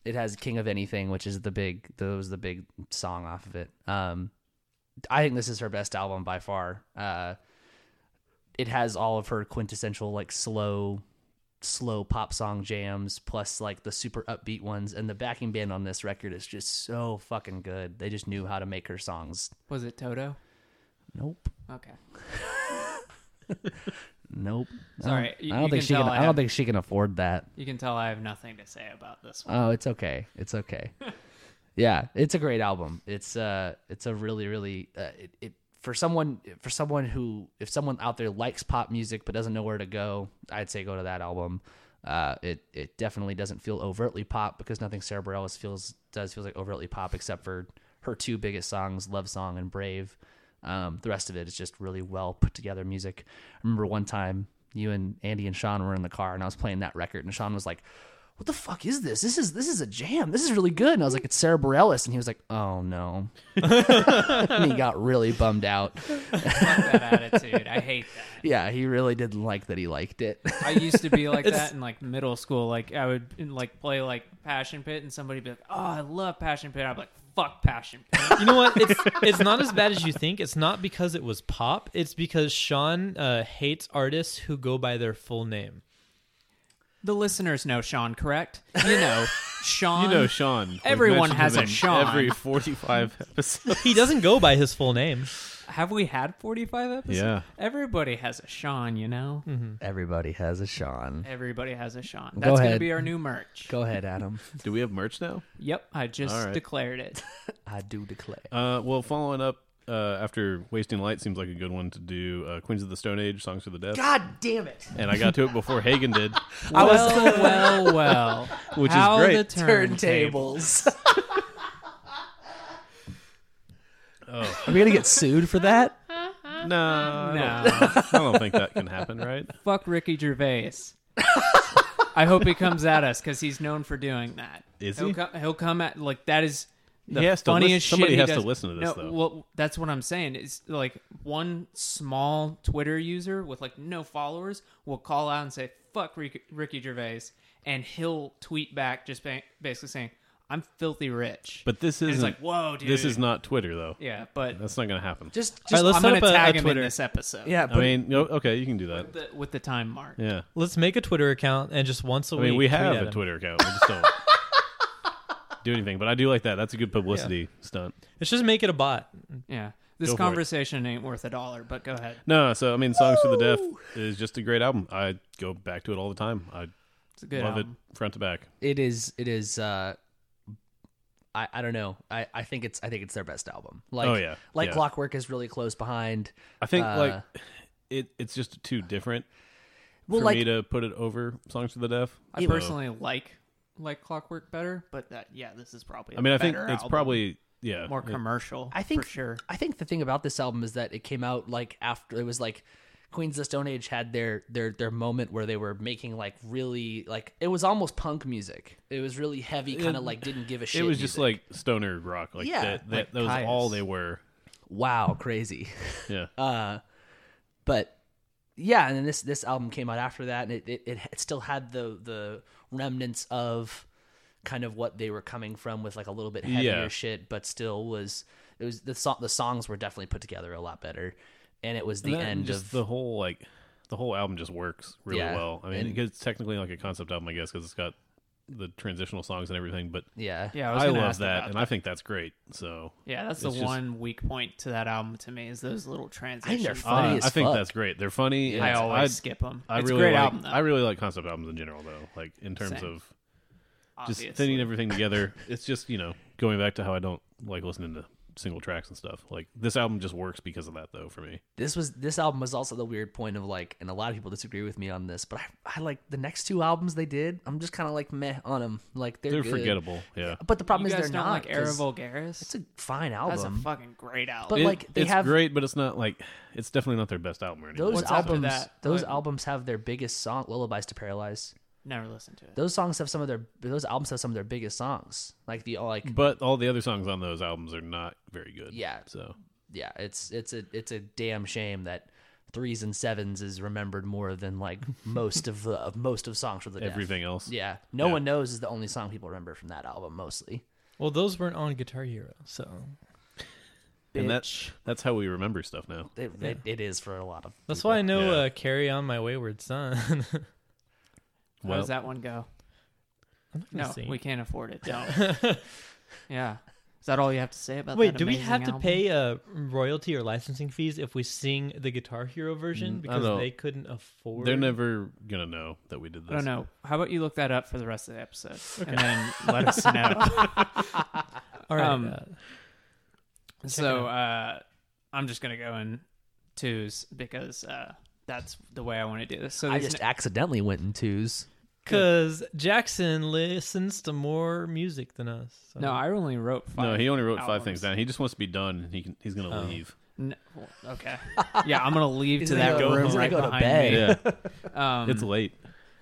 A: it has King of Anything, which is the big that was the big song off of it. Um, I think this is her best album by far. Uh, it has all of her quintessential like slow slow pop song jams plus like the super upbeat ones and the backing band on this record is just so fucking good. They just knew how to make her songs.
B: Was it Toto?
A: Nope.
B: Okay.
A: Nope.
B: Sorry,
A: I don't,
B: you-
A: I don't
B: you
A: think
B: can
A: she can.
B: tell
A: I,
B: I
A: don't
B: have-
A: think she can afford that.
B: You can tell I have nothing to say about this one.
A: Oh, it's okay. It's okay. yeah, it's a great album. It's uh, it's a really, really. Uh, it, it for someone for someone who if someone out there likes pop music but doesn't know where to go, I'd say go to that album. Uh, it it definitely doesn't feel overtly pop because nothing Sarah Bareilles feels does feels like overtly pop except for her two biggest songs, Love Song and Brave. Um, the rest of it is just really well put together music. I remember one time you and Andy and Sean were in the car and I was playing that record and Sean was like, "What the fuck is this? This is this is a jam. This is really good." And I was like, "It's Sarah Bareilles," and he was like, "Oh no," and he got really bummed out.
B: Fuck that attitude. I hate that.
A: Yeah, he really didn't like that he liked it.
B: I used to be like that in like middle school. Like I would like play like Passion Pit, and somebody would be like, "Oh, I love Passion Pit." I'm like, "Fuck Passion Pit."
C: You know what? It's it's not as bad as you think. It's not because it was pop. It's because Sean uh, hates artists who go by their full name.
B: The listeners know Sean, correct? You know Sean.
D: You know, Sean. We've
B: Everyone
D: mentioned
B: has
D: him
B: a
D: in
B: Sean.
D: Every forty-five episodes.
C: He doesn't go by his full name.
B: Have we had 45 episodes?
D: Yeah. Mm-hmm.
B: Everybody has a Sean, you know?
A: Everybody has a Sean.
B: Everybody has a Sean. That's going to
A: ahead.
B: be our new merch.
A: Go ahead, Adam.
D: Do we have merch now?
B: Yep, I just
D: All right.
B: declared it.
A: I do declare.
D: Uh, well, following up uh, after Wasting Light seems like a good one to do uh, Queens of the Stone Age, Songs for the Deaf.
A: God damn it!
D: And I got to it before Hagen did,
A: I was
B: well, well, well.
D: which
B: How
D: is great.
B: the turntable.
A: turntables. Are we gonna get sued for that?
D: no, I don't-
B: No.
D: I don't think that can happen, right?
B: Fuck Ricky Gervais. I hope he comes at us because he's known for doing that.
D: Is
B: he'll
D: he?
B: Co- he'll come at like that is the
D: He has to
B: funniest
D: listen-
B: shit.
D: somebody
B: he
D: has to
B: does.
D: listen to this,
B: No,
D: though.
B: Well, that's what I'm saying. Is like one small Twitter user with like no followers will call out and say "fuck Ricky, Ricky Gervais," and he'll tweet back just ba- basically saying, "I'm filthy rich."
D: But this
B: And
D: is
B: it's like, whoa, dude.
D: This is not Twitter though.
B: yeah, but
D: That's not going to happen.
A: Just, just
C: All right, let's
B: I'm
C: set
B: gonna
C: up a- a
B: tag him
C: Twitter.
B: in this episode.
A: yeah.
D: I mean, no, okay, you can do that.
B: The- with the time mark.
D: Yeah.
C: Let's make a Twitter account and just once a
D: I
C: week.
D: mean, we
C: tweet
D: have
C: at
D: a
C: him.
D: Twitter account. We just don't do anything. But I do like that. That's a good publicity stunt.
C: Let's just make it a bot.
B: Yeah. This
D: Go for it.
B: conversation ain't worth a dollar, but go ahead.
D: No, so I mean, Songs for the Deaf is just a great album. I go back to it all the time. I
B: It's a good um,
D: love
B: album.
D: it front to back.
A: it is it is uh I, I don't know. I, I think it's I think it's their best album. Like
D: Oh, yeah.
A: like
D: Yeah.
A: Clockwork is really close behind.
D: I think
A: Uh,
D: like it. It's just too different
A: Well,
D: for
A: like
D: me to put it over Songs for the Deaf.
B: I personally like like Clockwork better, but that yeah, this is probably. I
D: I mean, I think it's probably yeah.
B: more
D: it-
B: commercial.
A: I think
B: for sure.
A: I think the thing about this album is that it came out like after it was like Queens of the Stone Age had their their their moment where they were making like really like it was almost punk music. It was really heavy, kind of like didn't give a shit.
D: it was just
A: music.
D: like stoner rock. Like
A: Yeah.
D: that, that,
B: Like
D: that was
B: Caius.
D: all they were.
A: wow, crazy.
D: Yeah.
A: Uh, but yeah, and then this this album came out after that, and it, it it it still had the the remnants of kind of what they were coming from with like a little bit heavier
D: Yeah.
A: shit, but still was it was the song the songs were definitely put together a lot better, and it was the
D: That and
A: end
D: just
A: of
D: the whole like the whole album just works really
A: Yeah,
D: well. I mean,
A: and-
D: it's technically like a concept album, I guess, because it's got the transitional songs and everything. But
A: yeah
B: Yeah, I, was
D: I,
B: gonna
D: love
B: ask
D: that,
B: about
D: and I think that's great. So
B: Yeah, that's the
D: It's just-
B: one weak point to that album to me is those little transitions.
A: they're
B: I
A: Funny
D: uh,
A: as
D: I think
A: fuck.
D: that's great. They're funny. and
B: I
D: it's-
B: always skip them.
D: I, I
B: it's
D: really
B: a great
D: like,
B: album though.
D: I really like concept albums in general, though. Like in terms
B: Same.
D: of just
B: obviously.
D: thinning everything together. it's just you know going back to how I don't like listening to single tracks and stuff. Like this album just works because of that, though, for me.
A: this was this album was also the weird point of like, and a lot of people disagree with me on this, but I, I like the next two albums they did. I'm just kind of like meh on them, like they're,
D: They're
A: good.
D: forgettable. Yeah.
A: But the problem is
B: you guys
A: they're
B: don't
A: not
B: like Era
A: 'cause
B: Vulgaris.
A: It's a fine
B: That's a
A: album.
B: fucking great album.
A: But,
D: It-
A: like, they
D: it's
A: have-
D: great, but it's not like it's definitely not their best album or anything.
A: those
B: What's after
A: albums,
B: that?
A: those
B: Like-
A: albums have their biggest song, "Lullabies to Paralyze."
B: Never listened to it.
A: Those songs have some of their those albums have some of their biggest songs. Like the like
D: but all the other songs on those albums are not very good.
A: Yeah.
D: So
A: yeah, it's it's a it's a damn shame that threes and sevens is remembered more than like most of the of most of songs from the Deaf.
D: everything else.
A: Yeah, no
D: Yeah.
A: one knows is the only song people remember from that album mostly.
C: Well, those weren't on Guitar Hero, so
D: And that's that's how we remember stuff now.
A: It, it, it is for a lot of.
C: that's why I know
D: Yeah.
C: uh, "Carry On My Wayward Son." I'm not gonna
B: How does that one go? No,
C: sing.
B: we can't afford it. Don't. yeah. Is that all you have to say about
C: Wait,
B: that
C: do we
B: amazing
C: have to
B: album?
C: pay uh, royalty or licensing fees if we sing the Guitar Hero version
D: Mm, I
C: because
D: don't-
C: they couldn't afford?
D: They're never gonna know that we did this.
B: I don't know. How about you look that up for the rest of the episode and then let us know.
C: All right,
B: um,
C: uh,
B: so uh, I'm just gonna go in twos because uh, that's the way I want to do this. So
A: I
B: these
A: just accidentally went in twos.
C: Because Jackson listens to more music than us. so-
B: No, I only wrote five.
D: No, he only wrote five
B: albums.
D: things down. He just wants to be done. And he can, he's
B: Oh.
D: gonna leave.
B: N- well, okay. Yeah, I'm gonna leave
A: He's
B: to
A: gonna
B: that
A: go- he's
B: room
A: gonna
B: right
A: go to
B: behind
A: bed.
B: me.
D: Yeah,
B: Um,
D: it's late.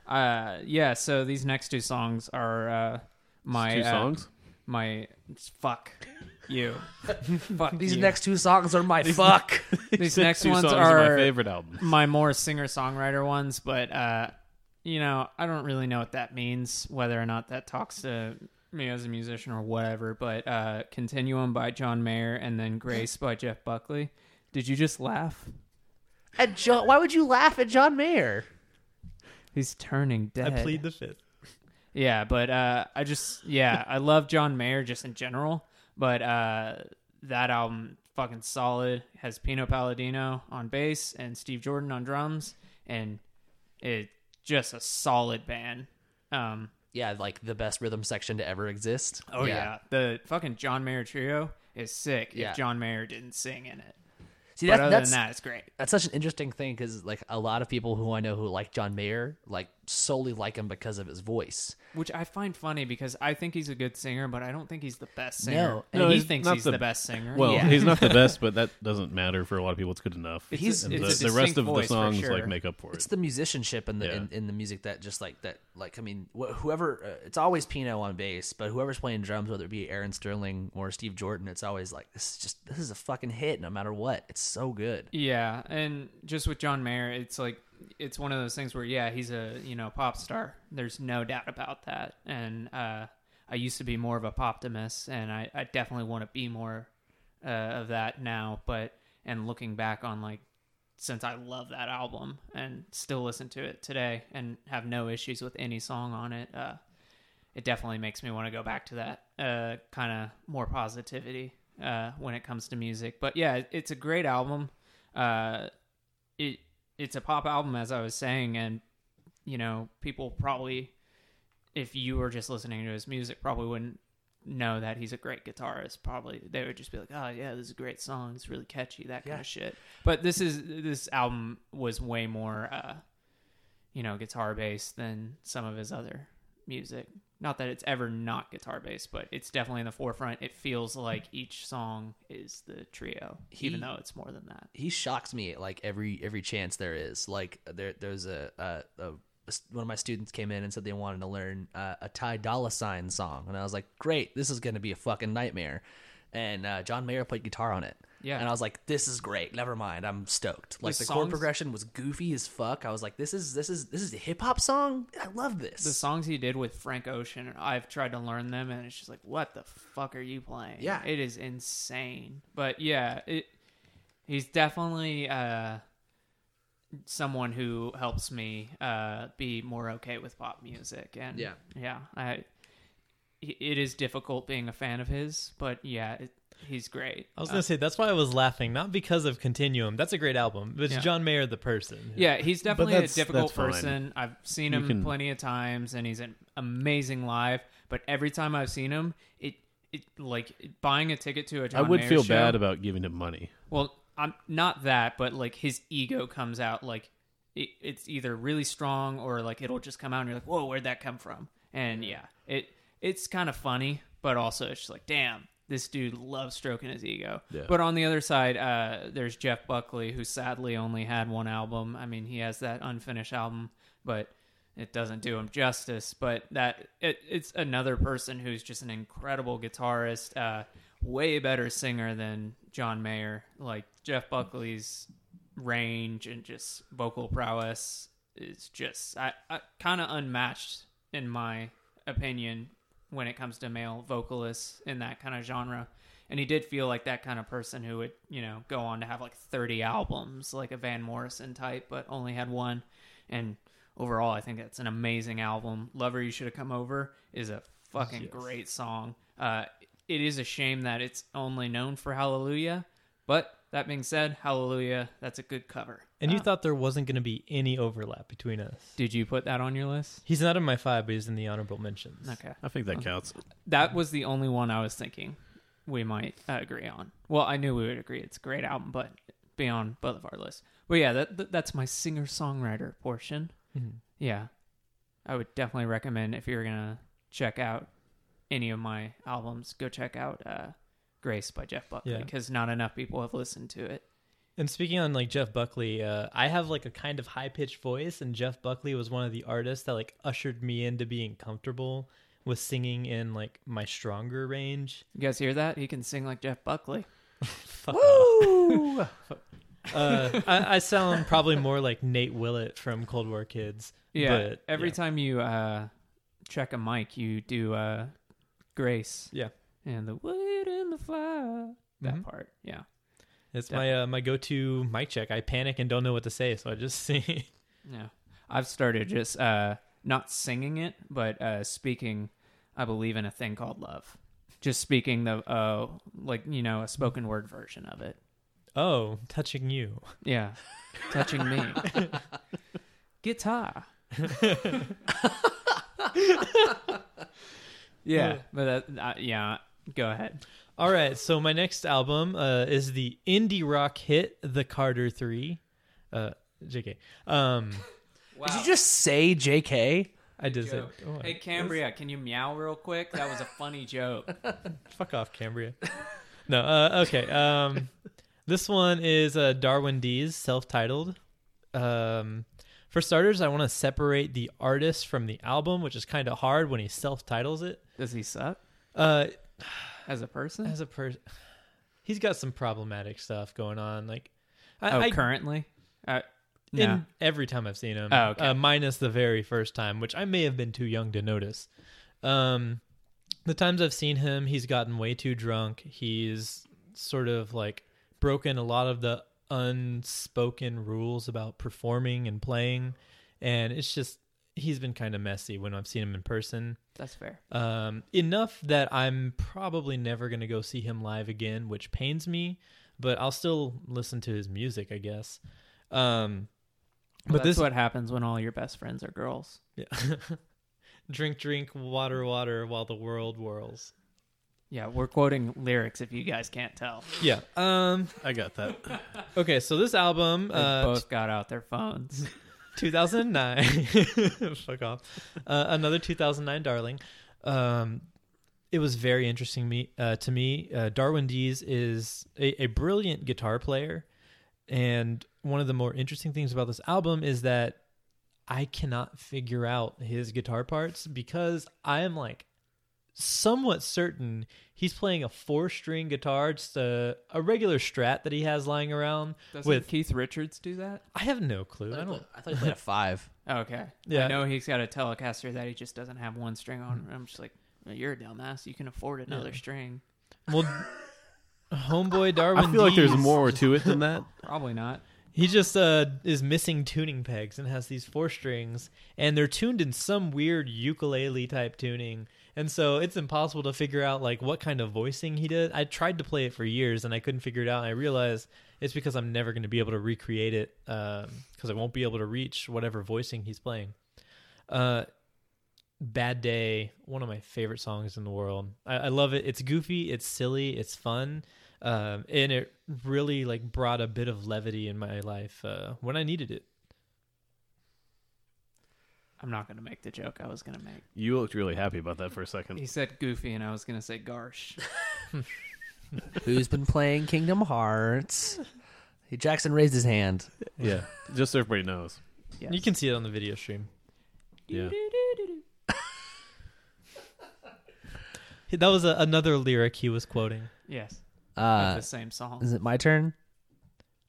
B: uh, yeah. So these next two songs are uh, my
D: Two
B: uh,
D: songs.
B: My fuck you. fuck
A: These
B: you.
A: next two songs are my fuck.
B: these next
D: Two
B: ones
D: songs
B: are
D: my favorite album.
B: my more singer songwriter ones, but uh, you know, I don't really know what that means, whether or not that talks to me as a musician or whatever. But uh, Continuum by John Mayer and then Grace by Jeff Buckley. Did you just laugh?
A: at John, why would you laugh at John Mayer?
B: He's turning
C: I
B: dead.
C: plead the fifth.
B: yeah, but uh, I just yeah, I love John Mayer just in general, but uh, that album fucking solid has Pino Palladino on bass and Steve Jordan on drums, and it just a solid band. Um,
A: Yeah, like the best rhythm section to ever exist.
B: Oh yeah. the fucking John Mayer trio is sick.
A: Yeah.
B: If John Mayer didn't sing in it,
A: See,
B: but
A: that,
B: other
A: that's
B: than that, it's great.
A: that's such an interesting thing because like a lot of people who I know who like John Mayer like solely like him because of his voice.
B: Which I find funny because I think he's a good singer, but I don't think he's the best singer.
A: No,
B: and
A: No,
B: he
D: he's
B: thinks
D: not
B: he's
D: the-
B: the, best singer.
D: Well,
A: Yeah.
D: he's not the best, but that doesn't matter for a lot of people. It's good enough.
B: It's
A: he's-
D: And
B: it's
D: the,
B: a
D: the rest
B: distinct
D: of the
B: voice for
D: songs
B: sure.
D: like make up for it.
A: It's the musicianship in the
D: Yeah.
A: in, in the music that just like that like I mean wh- whoever uh, it's always Pino on bass, but whoever's playing drums, whether it be Aaron Sterling or Steve Jordan, it's always like this is just this is a fucking hit no matter what. It's so good.
B: Yeah, and just with John Mayer, it's like it's one of those things where yeah, he's a you know pop star. There's no doubt about that. And uh, I used to be more of a poptimist, and I, I definitely want to be more uh, of that now. But and looking back on like since I love that album and still listen to it today and have no issues with any song on it, uh, it definitely makes me want to go back to that uh, kind of more positivity uh, when it comes to music. But yeah, it- it's a great album. Uh, it it's a pop album, as I was saying, and you know people probably, if you were just listening to his music, probably wouldn't know that he's a great guitarist. Probably they would just be like, "Oh yeah, this is a great song. It's really catchy. That kind
A: Yeah.
B: of shit." But this is this album was way more. Uh, you know, guitar based than some of his other music. Not that it's ever not guitar based, but it's definitely in the forefront. It feels like each song is the trio,
A: He-
B: even though it's more than that.
A: he shocks me like every every chance there is. Like there there's a, a, a one of my students came in and said they wanted to learn uh, a Ty Dolla Sign song, and I was like, great, this is gonna be a fucking nightmare. And uh, John Mayer played guitar on it.
B: Yeah.
A: and I was like, "This is great. Never mind. I'm stoked." Like the,
B: The
A: chord
B: songs-
A: progression was goofy as fuck. I was like, "This is this is this is a hip hop song. I love this."
B: The songs he did with Frank Ocean, I've tried to learn them, and it's just like, what the fuck are you playing?
A: Yeah.
B: it is insane. But yeah, it he's definitely uh, someone who helps me uh, be more okay with pop music, and
A: Yeah.
B: yeah, I it is difficult being a fan of his, but yeah, it, he's great.
C: I was
B: Uh,
C: gonna say that's why I was laughing, not because of Continuum. That's a great album. But it's
B: Yeah.
C: John Mayer, the person.
B: Yeah, he's definitely a
D: that's-
B: difficult
D: that's fine.
B: person. I've seen
D: You
B: him
D: can-
B: plenty of times, and he's an amazing live. But every time I've seen him, it it like buying a ticket to a
D: I
B: John
D: would
B: Mayer
D: feel
B: show-
D: bad about giving him money.
B: Well, I'm not that, but like his ego comes out like it, it's either really strong or like it'll just come out, and you're like, whoa, where'd that come from? And yeah, it it's kind of funny, but also it's just like, damn. This dude loves stroking his ego,
D: Yeah.
B: but on the other side, uh, there's Jeff Buckley, who sadly only had one album. I mean, he has that unfinished album, but it doesn't do him justice. But that it, it's another person who's just an incredible guitarist, uh, way better singer than John Mayer. Like Jeff Buckley's range and just vocal prowess is just I, I kind of unmatched in my opinion when it comes to male vocalists in that kind of genre. And he did feel like that kind of person who would, you know, go on to have like 30 albums, like a Van Morrison type, but only had one. And overall, I think that's an amazing album. Lover, You Should Have Come Over is a fucking great song. Uh, it is a shame that it's only known for Hallelujah, but that being said, Hallelujah, that's a good cover.
C: And you
B: Uh,
C: thought there wasn't gonna be any overlap between us.
B: did you put that on your list?
C: He's not in my five, but he's in the honorable mentions.
B: Okay.
D: I think that counts.
B: That was the only one I was thinking we might uh, agree on. Well, I knew we would agree. It's a great album, but beyond both of our lists. But yeah, that, that that's my singer songwriter portion.
C: Mhm.
B: Yeah, I would definitely recommend if you're gonna check out any of my albums, go check out uh, "Grace" by Jeff Buckley
C: Yeah.
B: because not enough people have listened to it.
C: And speaking on like Jeff Buckley, uh, I have like a kind of high pitched voice, and Jeff Buckley was one of the artists that like ushered me into being comfortable with singing in like my stronger range.
B: You guys hear that? He can sing like Jeff Buckley.
C: Fuck off. uh, I, I sound probably more like Nate Willett from Cold War Kids.
B: Yeah.
C: but,
B: Every
C: yeah.
B: time you uh, check a mic, you do uh, "Grace."
C: Yeah.
B: and the wood and the flower. That
C: Mhm.
B: part, yeah.
C: It's my uh, my go to mic check. I panic and don't know what to say, so I just sing.
B: Yeah. I've started just uh not singing it, but uh speaking I believe in a thing called love. Just speaking the uh like, you know, a spoken word version of it.
C: oh, touching you.
B: Yeah. Touching me. Guitar. yeah, but that, uh, yeah, go ahead.
C: All right, so my next album uh, is the indie rock hit "The Carter 3. Uh, JK, um,
A: Did you just say J.K.?
C: I did say,
B: joke.
C: oh,
B: Hey Cambria, can you meow real quick? That was a funny joke.
C: fuck off, Cambria. no, uh, okay. Um, this one is uh, Darwin D's self-titled. Um, for starters, I want to separate the artist from the album, which is kind of hard when he self-titles it.
B: Does he suck
C: Uh,
B: as a person?
C: as a person, he's got some problematic stuff going on. Like, I,
B: oh,
C: I
B: currently? Uh, no.
C: in every time I've seen him,
B: Oh, okay.
C: uh, minus the very first time, which I may have been too young to notice. Um, the times I've seen him, he's gotten way too drunk. He's sort of like broken a lot of the unspoken rules about performing and playing, and it's just he's been kind of messy when I've seen him in person.
B: That's fair.
C: Um, enough that I'm probably never going to go see him live again, which pains me, but I'll still listen to his music, I guess. Um,
B: But
C: but
B: that's
C: this
B: what happens when all your best friends are girls.
C: drink, drink, water, water while the world whirls.
B: Yeah, we're quoting lyrics if you guys can't tell.
C: Yeah. Um,
D: I got that.
C: okay. So this album,
B: They
C: uh,
B: both got out their phones.
C: 2009. Fuck off. Uh, another 2009 darling. Um, it was very interesting me, uh, to me. Uh, Darwin Dees is a, a brilliant guitar player. And one of the more interesting things about this album is that I cannot figure out his guitar parts because I am like somewhat certain he's playing a four string guitar, just a, a regular strat that he has lying around.
B: Doesn't
C: With-
B: Keith Richards do that?
C: I have no clue. I
A: I,
C: don't.
A: thought, I thought you played a five.
B: Okay.
C: Yeah.
B: I know he's got a Telecaster that he just doesn't have one string on. I'm just like, well, you're a dumbass. You can afford another string.
C: Well, homeboy Darwin.
D: I feel like there's
C: Dees,
D: more to it than that.
B: Probably not.
C: He just uh, is missing tuning pegs and has these four strings, and they're tuned in some weird ukulele type tuning. And so it's impossible to figure out like what kind of voicing he did. I tried to play it for years and I couldn't figure it out. And I realized it's because I'm never going to be able to recreate it because I won't be able to reach whatever voicing he's playing. Uh, Bad Day, one of my favorite songs in the world. I, I love it. It's goofy, it's silly, it's fun, um, and it really like brought a bit of levity in my life uh, when I needed it.
B: I'm not going to make the joke I was going to make.
D: You looked really happy about that for a
B: He
D: second.
B: said goofy, and I was going to say garsh.
A: Who's been playing Kingdom Hearts? Jackson raised his hand.
D: Yeah, just so everybody knows.
B: Yes.
C: You can see it on the video stream.
D: Yeah.
C: That was a, another lyric he was quoting.
B: Yes. Of
A: Uh,
B: the same song.
A: is it my turn?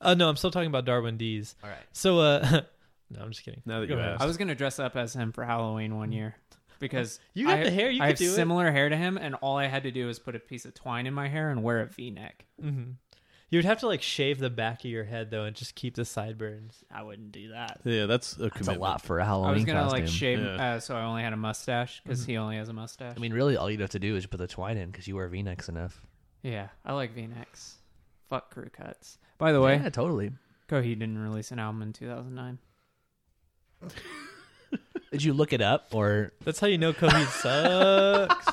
C: Oh no, I'm still talking about Darwin Dees.
A: All right.
C: So, uh, no, I'm just kidding.
D: Now that
C: Go
D: you
C: ahead.
D: asked.
B: I was going to dress up as him for Halloween one year because
C: You got
B: I-
C: the hair, you
B: I
C: could
B: have
C: do it.
B: similar hair to him, and all I had to do was put a piece of twine in my hair and wear a V-neck.
C: hmm You would have to like shave the back of your head though, and just keep the sideburns.
B: I wouldn't do that.
D: Yeah, that's a
A: That's a
D: commitment.
A: lot for a
B: I
A: Halloween
B: was gonna
A: costume. Mm-hmm.
B: like shave,
D: Yeah.
B: uh, so I only had a mustache because he only has a mustache.
A: I mean, really, all you'd have to do is put the twine in because you wear V-necks enough.
B: yeah, I like V-necks. Fuck crew cuts. By the way,
A: Yeah, totally.
B: Coheed didn't release an album in 2009.
A: Did you look it up or
C: That's how you know Cody sucks.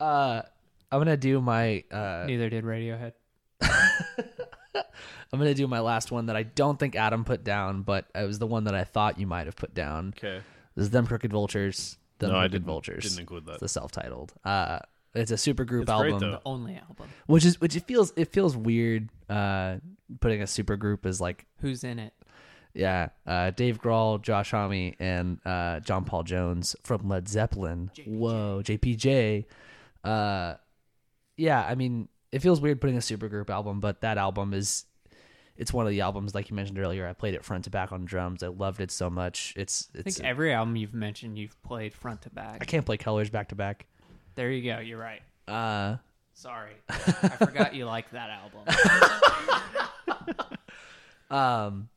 A: uh I'm gonna do my uh
B: Neither did Radiohead.
A: I'm gonna do my last one that I don't think Adam put down, but it was the one that I thought you might have put down.
D: Okay.
A: This is them crooked vultures. Them
D: No, I
A: crooked
D: didn't-
A: vultures.
D: didn't include that.
A: It's the self-titled. Uh, it's a super group
D: It's great,
A: album,
D: though.
B: Only album.
A: which is which it feels it feels weird. Uh, putting a super group is like
B: Who's in it?
A: yeah, uh, Dave Grohl, Josh Homme, and uh, John Paul Jones from Led Zeppelin. Whoa, JPJ. Uh, yeah, I mean, it feels weird putting a supergroup album, but that album is. It's one of the albums, like you mentioned earlier. I played it front to back on drums. I loved it so much. It's,
B: I think
A: it's. I,
B: every album you've mentioned, you've played front to back.
A: can't play colors back to back.
B: There you go. You're right.
A: Uh,
B: Sorry, I forgot you like that album.
A: um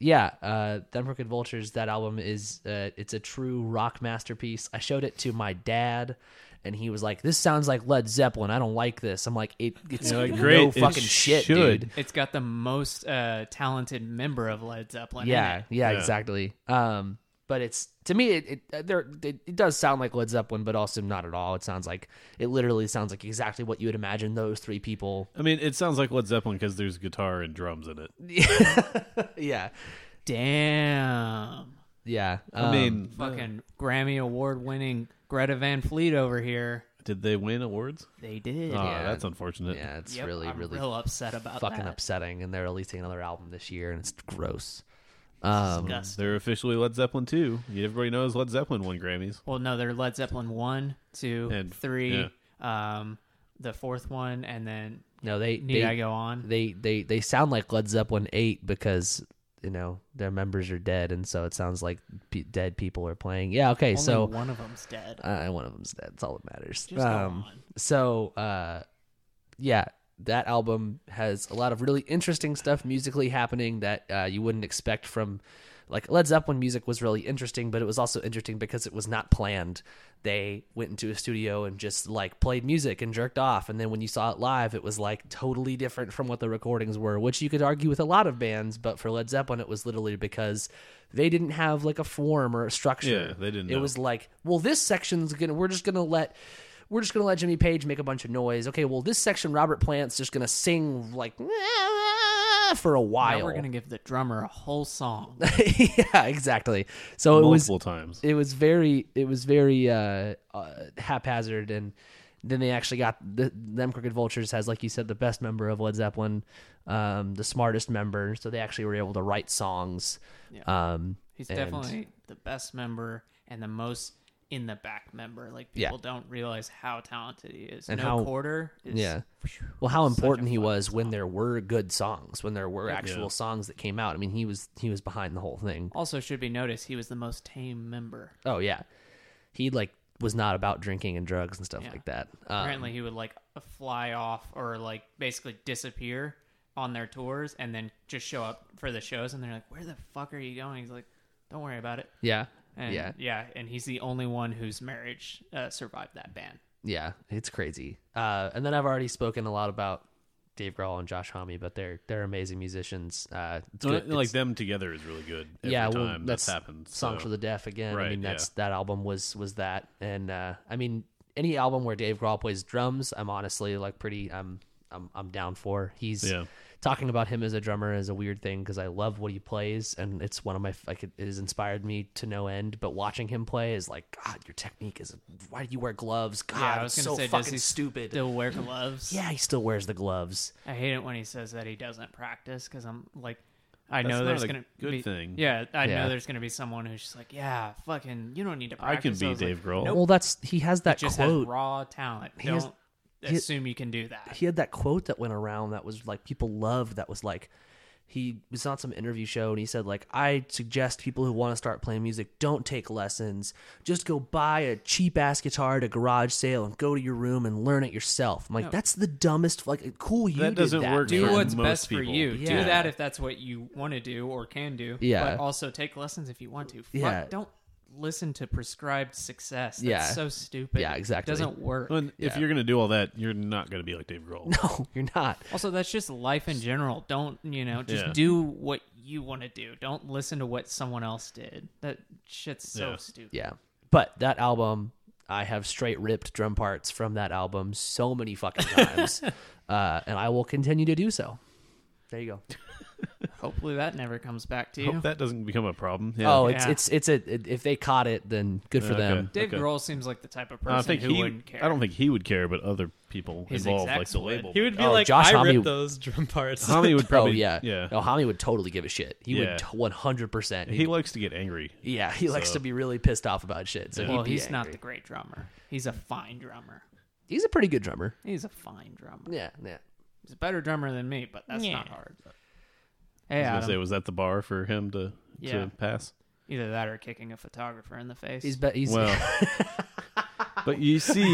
A: yeah uh them crooked vultures that album is uh it's a true rock masterpiece i showed it to my dad and he was like this sounds like led zeppelin i don't like this i'm like it, it's
D: You're like,
A: no
D: "Great, it
A: fucking shit
D: should."
A: dude
B: It's got the most uh, talented member of Led Zeppelin. in
A: yeah,
B: it.
A: yeah
D: Yeah.
A: exactly um but it's to me it it, uh, there, it it does sound like led zeppelin but also not at all it sounds like it literally sounds like exactly what you would imagine those three people
D: I mean, it sounds like Led Zeppelin because there's guitar and drums in it.
A: yeah
B: Damn.
A: yeah
D: I
A: um,
D: mean,
B: Fucking Grammy award winning Greta Van Fleet over here.
D: did they win awards?
B: They did.
D: Oh,
A: Yeah.
D: that's unfortunate.
A: um, yeah it's
B: Yep,
A: really
B: I'm
A: really
B: real upset about
A: fucking
B: that.
A: upsetting and they're releasing another album this year and it's gross um
B: Disgusting.
D: They're officially Led Zeppelin too. Everybody knows Led Zeppelin won Grammys.
B: Well, no, they're Led Zeppelin one, two, three,
D: And-
B: um, the fourth one, and then
A: no they
B: Need I
A: they,
B: Go On?
A: they they they sound like led zeppelin 8 because you know their members are dead and so it sounds like pe dead people are playing yeah okay
B: Only
A: so
B: one of them's dead.
A: uh, one of them's dead that's all that matters Um,
B: Just go on.
A: so uh yeah that album has a lot of really interesting stuff musically happening that uh, you wouldn't expect from like led zeppelin music was really interesting but it was also interesting because it was not planned they went into a studio and just like played music and jerked off and then when you saw it live it was like totally different from what the recordings were which you could argue with a lot of bands but for led zeppelin it was literally because they didn't have like a form or a structure
D: Yeah, they didn't
A: it
D: know.
A: was like, well, this section's gonna we're just gonna let we're just gonna let Jimmy Page make a bunch of noise. Okay, well, this section Robert Plant's just gonna sing like "Ah," for a while.
B: Now we're gonna give the drummer a whole song.
A: yeah, exactly. So it was
D: multiple times.
A: it was very it was very uh, uh haphazard and then they actually got the them crooked vultures has like you said the best member of led zeppelin um the smartest member so they actually were able to write songs um
B: He's
A: and-
B: definitely the best member and the most in the back member. Like
A: Yeah.
B: people don't realize how talented he is.
A: And
B: no
A: how-
B: quarter. Is,
A: yeah well how
B: such a
A: important he
B: fucking
A: was when there were good songs when there were actual
D: Yeah.
A: songs that came out i mean he was he was behind the whole thing
B: Also, should be noticed he was the most tame member.
A: oh yeah he like was not about drinking and drugs and stuff
B: Yeah.
A: like that um,
B: Apparently, he would like uh, fly off or like basically disappear on their tours and then just show up for the shows. And they're like, "Where the fuck are you going?" He's like, "Don't worry about it."
A: yeah
B: And
A: yeah
B: yeah, and he's the only one whose marriage uh, survived that ban.
A: yeah, it's crazy. Uh, and then I've already spoken a lot about Dave Grohl and Josh Homme, but they're they're amazing musicians. Uh, it's
D: Well,
A: good-
D: like
A: it's-
D: them together is really good. Every
A: yeah, well,
D: time
A: that's
D: that's, happened.
A: Song
D: so-
A: for the Deaf again. I
D: Right,
A: mean, that's that album was was that, and uh, I mean, any album where Dave Grohl plays drums, I'm honestly like pretty. I'm I'm I'm down for. He's
D: Yeah.
A: talking about him as a drummer is a weird thing because I love what he plays, and it's one of my f- like it, it has inspired me to no end. But watching him play is like, God, your technique is. Why do you wear gloves? God,
B: yeah, I was
A: it's
B: gonna
A: so
B: say, does
A: fucking
B: he
A: stupid.
B: still wear gloves?
A: Yeah, he still wears the gloves.
B: I hate it when he says that he doesn't practice because I'm like, I
D: That's
B: know
D: not
B: there's
D: a
B: gonna
D: good
B: be,
D: thing.
B: Yeah, I
A: Yeah.
B: know there's gonna be someone who's just like, yeah, fucking, you don't need to
D: I
B: practice.
D: can be
B: was like,
D: Dave Grohl.
A: Well, that's he has that
B: Just has
A: quote.
B: raw talent.
A: He has-
B: Don't
A: he-
B: assume you can do that.
A: he had that quote that went around that was like people loved. That was like he was on some interview show and he said like I suggest people who want to start playing music don't take lessons. Just go buy a cheap ass guitar at a garage sale and go to your room and learn it yourself. I'm like that's the dumbest. Like cool, you
D: That
A: did
D: doesn't
A: that,
D: work
A: man.
B: Do
D: for
B: what's
D: most
B: best for
D: people.
B: you.
A: Yeah.
B: Do that if that's what you want to do or can do.
A: Yeah.
B: But also take lessons if you want to. Fuck,
A: Yeah.
B: Don't listen to prescribed success. That's
A: Yeah.
B: so stupid.
A: Yeah, exactly.
B: Doesn't work.
D: Well, and If
A: Yeah.
D: you're gonna do all that, you're not gonna be like Dave Grohl.
A: No, you're not.
B: Also, that's just life in general. Don't you know? Just
D: Yeah.
B: do what you want to do. Don't listen to what someone else did. That shit's so
D: Yeah.
B: stupid.
A: Yeah. But that album, I have straight ripped drum parts from that album so many fucking times. uh, and I will continue to do so. There you go.
B: Hopefully, that never comes back to you.
D: Hope that doesn't become a problem. Yeah.
A: Oh, it's
B: Yeah.
A: it's it's a it- if they caught it, then good for
D: Okay.
A: them.
B: Dave
D: okay.
B: Grohl seems like the type of person
D: I think
B: who
D: he.
B: wouldn't care.
D: I don't think he would care, but other people
B: His
D: involved, like
B: execs
D: the
B: would.
D: label.
C: He would be
A: Oh,
C: like,
A: Josh
C: I
A: Homme-
C: ripped those drum parts.
D: Tommy would
A: Oh
D: probably.
A: yeah,
D: yeah.
A: No, Hami would totally give a shit. He
D: Yeah.
A: would one hundred percent.
D: He likes to get angry.
A: Yeah, he likes
D: So-
A: to be really pissed off about shit. So
B: well,
A: he'd be
B: he's not
A: angry.
B: the great drummer. He's a fine drummer.
A: He's a pretty good drummer.
B: He's a fine drummer.
A: Yeah, yeah.
B: He's a better drummer than me, but that's not hard. Hey,
D: I was
B: Adam,
D: gonna say, was that the bar for him to
B: Yeah.
D: to pass?
B: either that or kicking a photographer in the face.
A: He's be- he's
D: Well, but you see,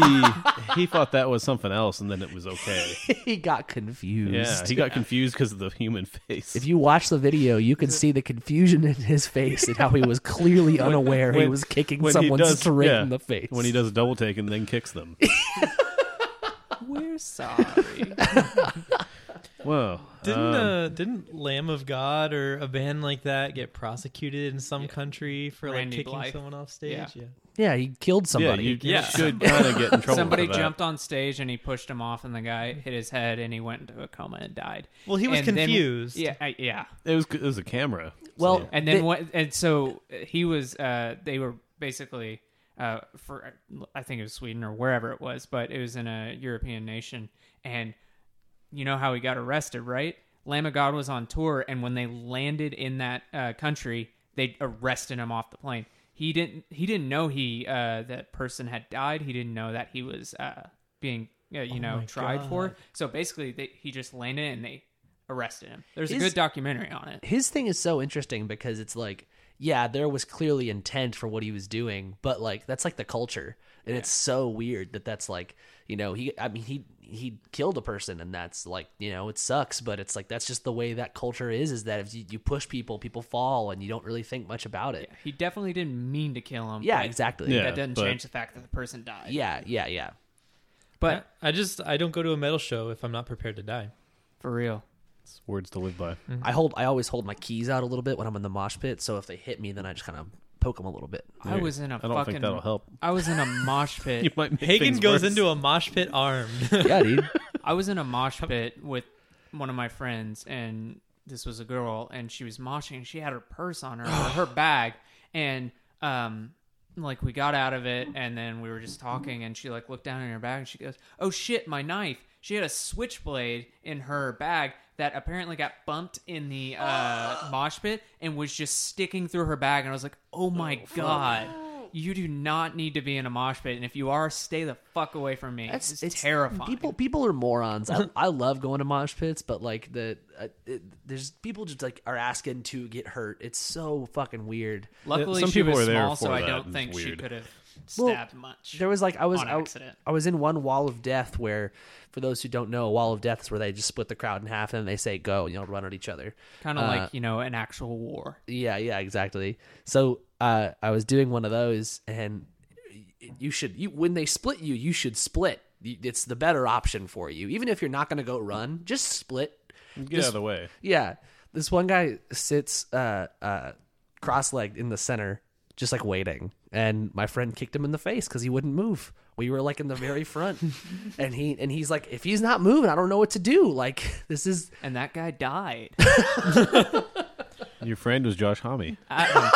D: he thought that was something else, and then it was okay.
A: he got confused.
D: Yeah, he got confused because of the human face.
A: If you watch the video, you can see the confusion in his face and how he was clearly unaware he
D: when-
A: was kicking
D: when he
A: someone
D: does-
A: straight
D: yeah,
A: in the face.
D: when he does a double take and then kicks them.
B: We're sorry.
D: Whoa!
C: Didn't
D: um,
C: uh, didn't Lamb of God or a band like that get prosecuted in some country for like
B: Randy
C: kicking
B: Blythe.
C: someone off stage?
B: Yeah.
A: yeah, he killed
D: yeah,
A: somebody.
D: you, you
C: Yeah.
D: should kind of get in trouble.
B: Somebody
D: for that.
B: jumped on stage and he pushed him off, and the guy hit his head, and he went into a coma and died.
C: Well, he was
B: And then-
C: confused.
B: yeah, I, yeah.
D: It was it was a camera.
A: well,
D: so-
B: And then
A: they-
B: what? And so he was. Uh, they were basically uh, for I think it was Sweden or wherever it was, but it was in a European nation. And you know how he got arrested, right? Lamb of God was on tour, and when they landed in that uh, country, they arrested him off the plane. He didn't. He didn't know he uh, that person had died. He didn't know that he was uh, being uh, you know
C: my
B: tried
C: God.
B: for. So basically, they, he just landed and they arrested him. There's
A: Is-
B: a good documentary on it.
A: his thing is so interesting because it's like yeah there was clearly intent for what he was doing but like that's like the culture and it's so weird that that's like you know he i mean he he killed a person and that's like you know it sucks but it's like that's just the way that culture is is that if you, you push people people fall and you don't really think much about it
B: He definitely didn't mean to kill him.
A: yeah,
B: but
A: exactly
D: Yeah.
B: That doesn't
D: but-
B: change the fact that the person died.
A: yeah yeah yeah
B: But
C: I just I don't go to a metal show if I'm not prepared to die.
B: for real,
D: It's words to live by.
A: i hold i always hold my keys out a little bit when i'm in the mosh pit so if they hit me then i just kind of poke them a little bit
B: I was in a
D: I don't
B: fucking.
D: think that'll help.
B: I was in a mosh
D: You
B: pit.
D: might make
C: Hagen
D: things
C: goes
D: worse.
C: into a mosh pit armed.
A: yeah dude
B: I was in a mosh pit with one of my friends, and this was a girl and she was moshing and she had her purse on her or her bag and um like we got out of it and then we were just talking and she like looked down in her bag and she goes oh shit my knife she had a switchblade in her bag that apparently got bumped in the uh, mosh pit and was just sticking through her bag and i was like oh my god you do not need to be in a mosh pit and if you are stay the fuck away from me
A: That's
B: it's, terrifying
A: People people are morons. I, I love going to mosh pits, but like the uh, it, there's people just like are asking to get hurt. It's so fucking weird.
B: Luckily,
D: Some
B: she
D: people
B: was
D: were there
B: small, so
D: for
B: I
D: that.
B: don't
D: It's
B: think she
D: weird.
B: could have
A: Well,
B: stabbed much.
A: There was like I was
B: On
A: I,
B: accident.
A: I was in one wall of death where, for those who don't know, wall of death is where they just split the crowd in half and they say go, you know, run at each other.
B: kind of
A: uh,
B: like you know an actual war.
A: Yeah, yeah, exactly. So uh, I was doing one of those, and you should you when they split you, you should split. You- It's the better option for you, even if you're not going to go run. Just split.
D: Get out of the way.
A: Yeah, this one guy sits uh, uh, cross-legged in the center, just like waiting. And my friend kicked him in the face because he wouldn't move. We were like in the very front, and he and he's like, if he's not moving, I don't know what to do. Like this is
B: And that guy died.
D: Your friend was Josh Homme.
B: Adam,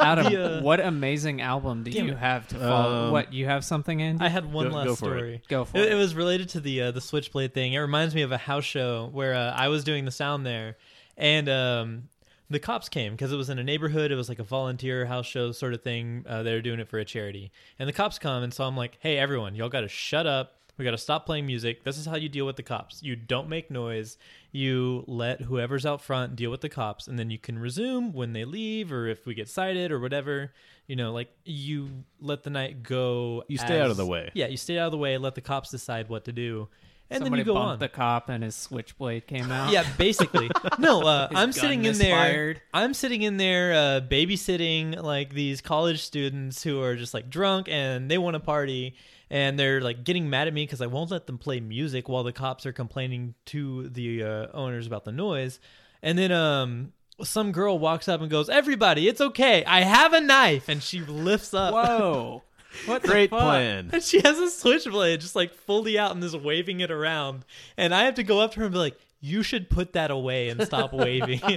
B: Adam,
C: The, uh,
B: what amazing album do you have to follow? what you have something in?
C: I had one
D: Go-
C: last
D: go for it.
C: story.
B: Go for it.
C: It was related to the uh, the switchblade thing. It reminds me of a house show where uh, I was doing the sound there, and um, the cops came because it was in a neighborhood. It was like a volunteer house show sort of thing. Uh, they were doing it for a charity, and the cops come, and so I'm like, "Hey, everyone, y'all got to shut up. We got to stop playing music. This is how you deal with the cops. You don't make noise. You let whoever's out front deal with the cops, and then you can resume when they leave or if we get cited or whatever. You know, like you let the night go.
D: You stay out of the way.
C: Yeah, you stay out of the way. Let the cops decide what to do, and
B: Somebody
C: then you go
B: bumped
C: on.
B: the cop, and his switchblade came out.
C: Yeah, basically. no, uh,
B: His
C: I'm
B: gun
C: sitting in there.
B: misfired.
C: I'm sitting in there uh, babysitting like these college students who are just like drunk and they want to party and they're like getting mad at me because I won't let them play music while the cops are complaining to the uh, owners about the noise. And then um, some girl walks up and goes, "Everybody, it's okay. I have a knife." And she lifts up.
B: Whoa. What the
D: Great
B: fuck?
D: plan.
C: And she has a switchblade just like fully out and is waving it around. And I have to go up to her and be like, you should put that away and stop waving.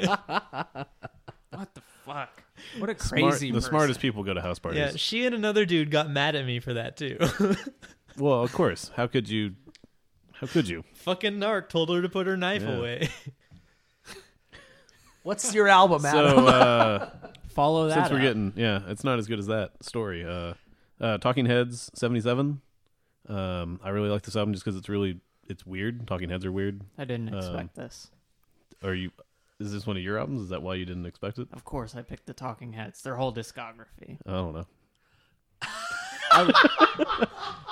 B: What the fuck? What a
D: Smart-
B: crazy.
D: the
B: person.
D: smartest people go to house parties.
C: yeah, she and another dude got mad at me for that too.
D: Well, of course. How could you? How could you?
C: Fucking narc told her to put her knife
D: Yeah.
C: away.
A: what's your album, Adam?
D: So uh,
B: Follow that.
D: since we're
B: up.
D: getting yeah, it's not as good as that story. Uh, uh, Talking Heads seventy seven. Um, I really like this album just because it's really it's weird. Talking Heads are weird.
B: I didn't expect this.
D: Are you? Is this one of your albums? Is that why you didn't expect it?
B: Of course, I picked the Talking Heads. Their whole discography.
D: I don't know.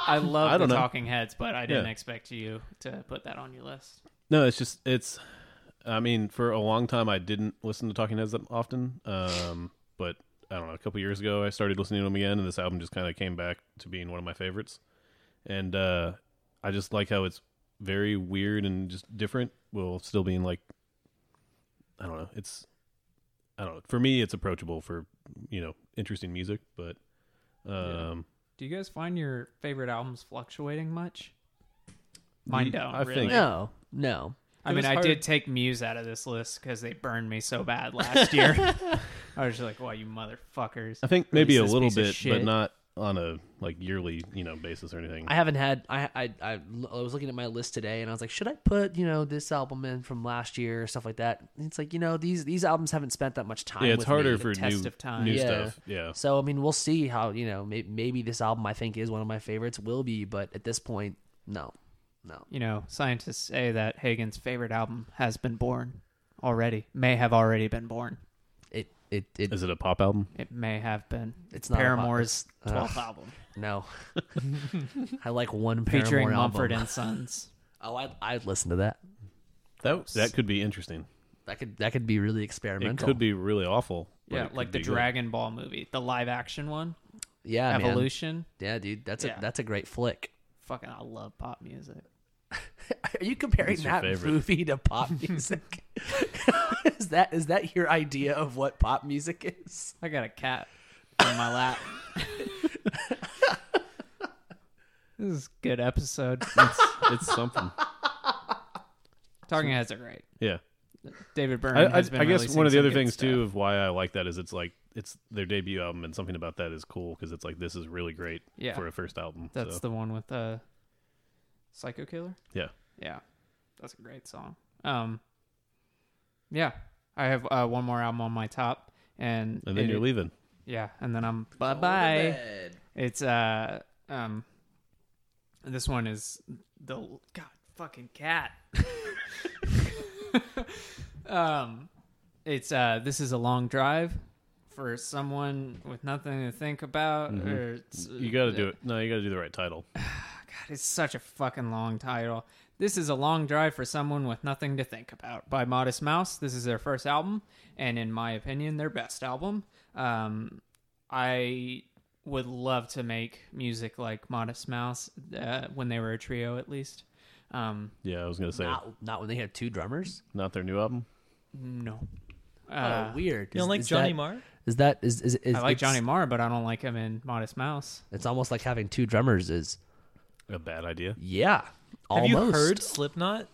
B: I love
D: I don't
B: the
D: know.
B: Talking Heads, but I didn't
D: Yeah.
B: expect you to put that on your list.
D: No, it's just it's. I mean, for a long time, I didn't listen to Talking Heads that often. Um, but I don't know. A couple years ago, I started listening to them again, and this album just kind of came back to being one of my favorites. And uh, I just like how it's very weird and just different, while still being like, I don't know. It's, I don't know. For me, it's approachable for you know interesting music, but um,
B: Do you guys find your favorite albums fluctuating much? Mine
D: Mm,
B: don't.
D: I
B: really.
D: think-
A: no, no.
B: I
C: It
B: mean,
C: was
B: I
C: hard-
B: did take Muse out of this list because they burned me so bad last year. I was just like, "Wow, you motherfuckers!"
D: I think maybe a
B: this
D: little
B: piece of
D: bit,
B: shit.
D: but not on a like yearly you know basis or anything.
A: I haven't had. I, I I I was looking at my list today, and I was like, should I put you know this album in from last year or stuff like that? And it's like you know these these albums haven't spent that much time.
D: yeah, it's
A: with
D: harder
A: me.
D: for
B: test
D: new,
B: of time.
D: new
A: Yeah.
D: stuff. Yeah,
A: So I mean, we'll see how you know may, maybe this album I think is one of my favorites will be, but at this point, no, no.
B: You know, scientists say that Hagen's favorite album has been born already. May have already been born.
A: It it it
D: is it a pop album?
B: It may have been.
A: It's not a pop-
B: Paramore's
A: it's- ugh.
B: twelfth album,
A: no. I like one Paramore
B: featuring
A: album.
B: Mumford and Sons.
A: Oh, I I'd listen to that.
D: That that could be interesting.
A: That could that could be really
D: It
A: experimental.
D: could be really awful. but
B: yeah,
D: it
B: like
D: could
B: the
D: be good.
B: Dragon Ball movie, the live action one,
A: yeah, man.
B: Evolution.
A: Yeah, dude, that's
B: Yeah.
A: a that's a great flick.
B: Fucking, I love pop music.
A: Are you comparing
D: That's your
A: that
D: favorite.
A: movie to pop music? is that is that your idea of what pop music is?
B: I got a cat on my lap. this is a good episode.
D: It's something.
B: Talking Heads are great.
D: Yeah,
B: David Byrne.
D: I, I,
B: has been
D: I guess
B: releasing
D: one of the
B: some
D: other
B: good
D: things
B: stuff.
D: too of why I like that is it's like it's their debut album, and something about that is cool because it's like this is really great
B: Yeah.
D: for a first album.
B: That's
D: so.
B: the one with uh, Psycho Killer.
D: Yeah.
B: yeah, that's a great song. Um, yeah, I have uh, one more album on my top, and
D: and then
B: it-
D: you're leaving.
B: Yeah, and then I'm bye bye. It's uh um, this one is the God fucking cat. um, it's uh this is a long drive for someone with nothing to think about. Or it's,
D: You got to do it. No, you got to do the right title.
B: God, it's such a fucking long title. This is a long drive for someone with nothing to think about. By Modest Mouse, this is their first album, and in my opinion, their best album. Um, I would love to make music like Modest Mouse uh, when they were a trio, at least. Um,
D: Yeah, I was gonna say not,
A: Not, not when they had two drummers.
D: their new album.
B: no,
A: Oh,
B: uh,
A: weird.
C: You don't like Johnny Marr?
A: Is that is is, is
B: I like
A: it's-
B: Johnny Marr, but I don't like him in Modest Mouse.
A: It's almost like having two drummers is
D: A bad idea.
A: yeah.
C: Have
A: Almost.
C: you heard Slipknot?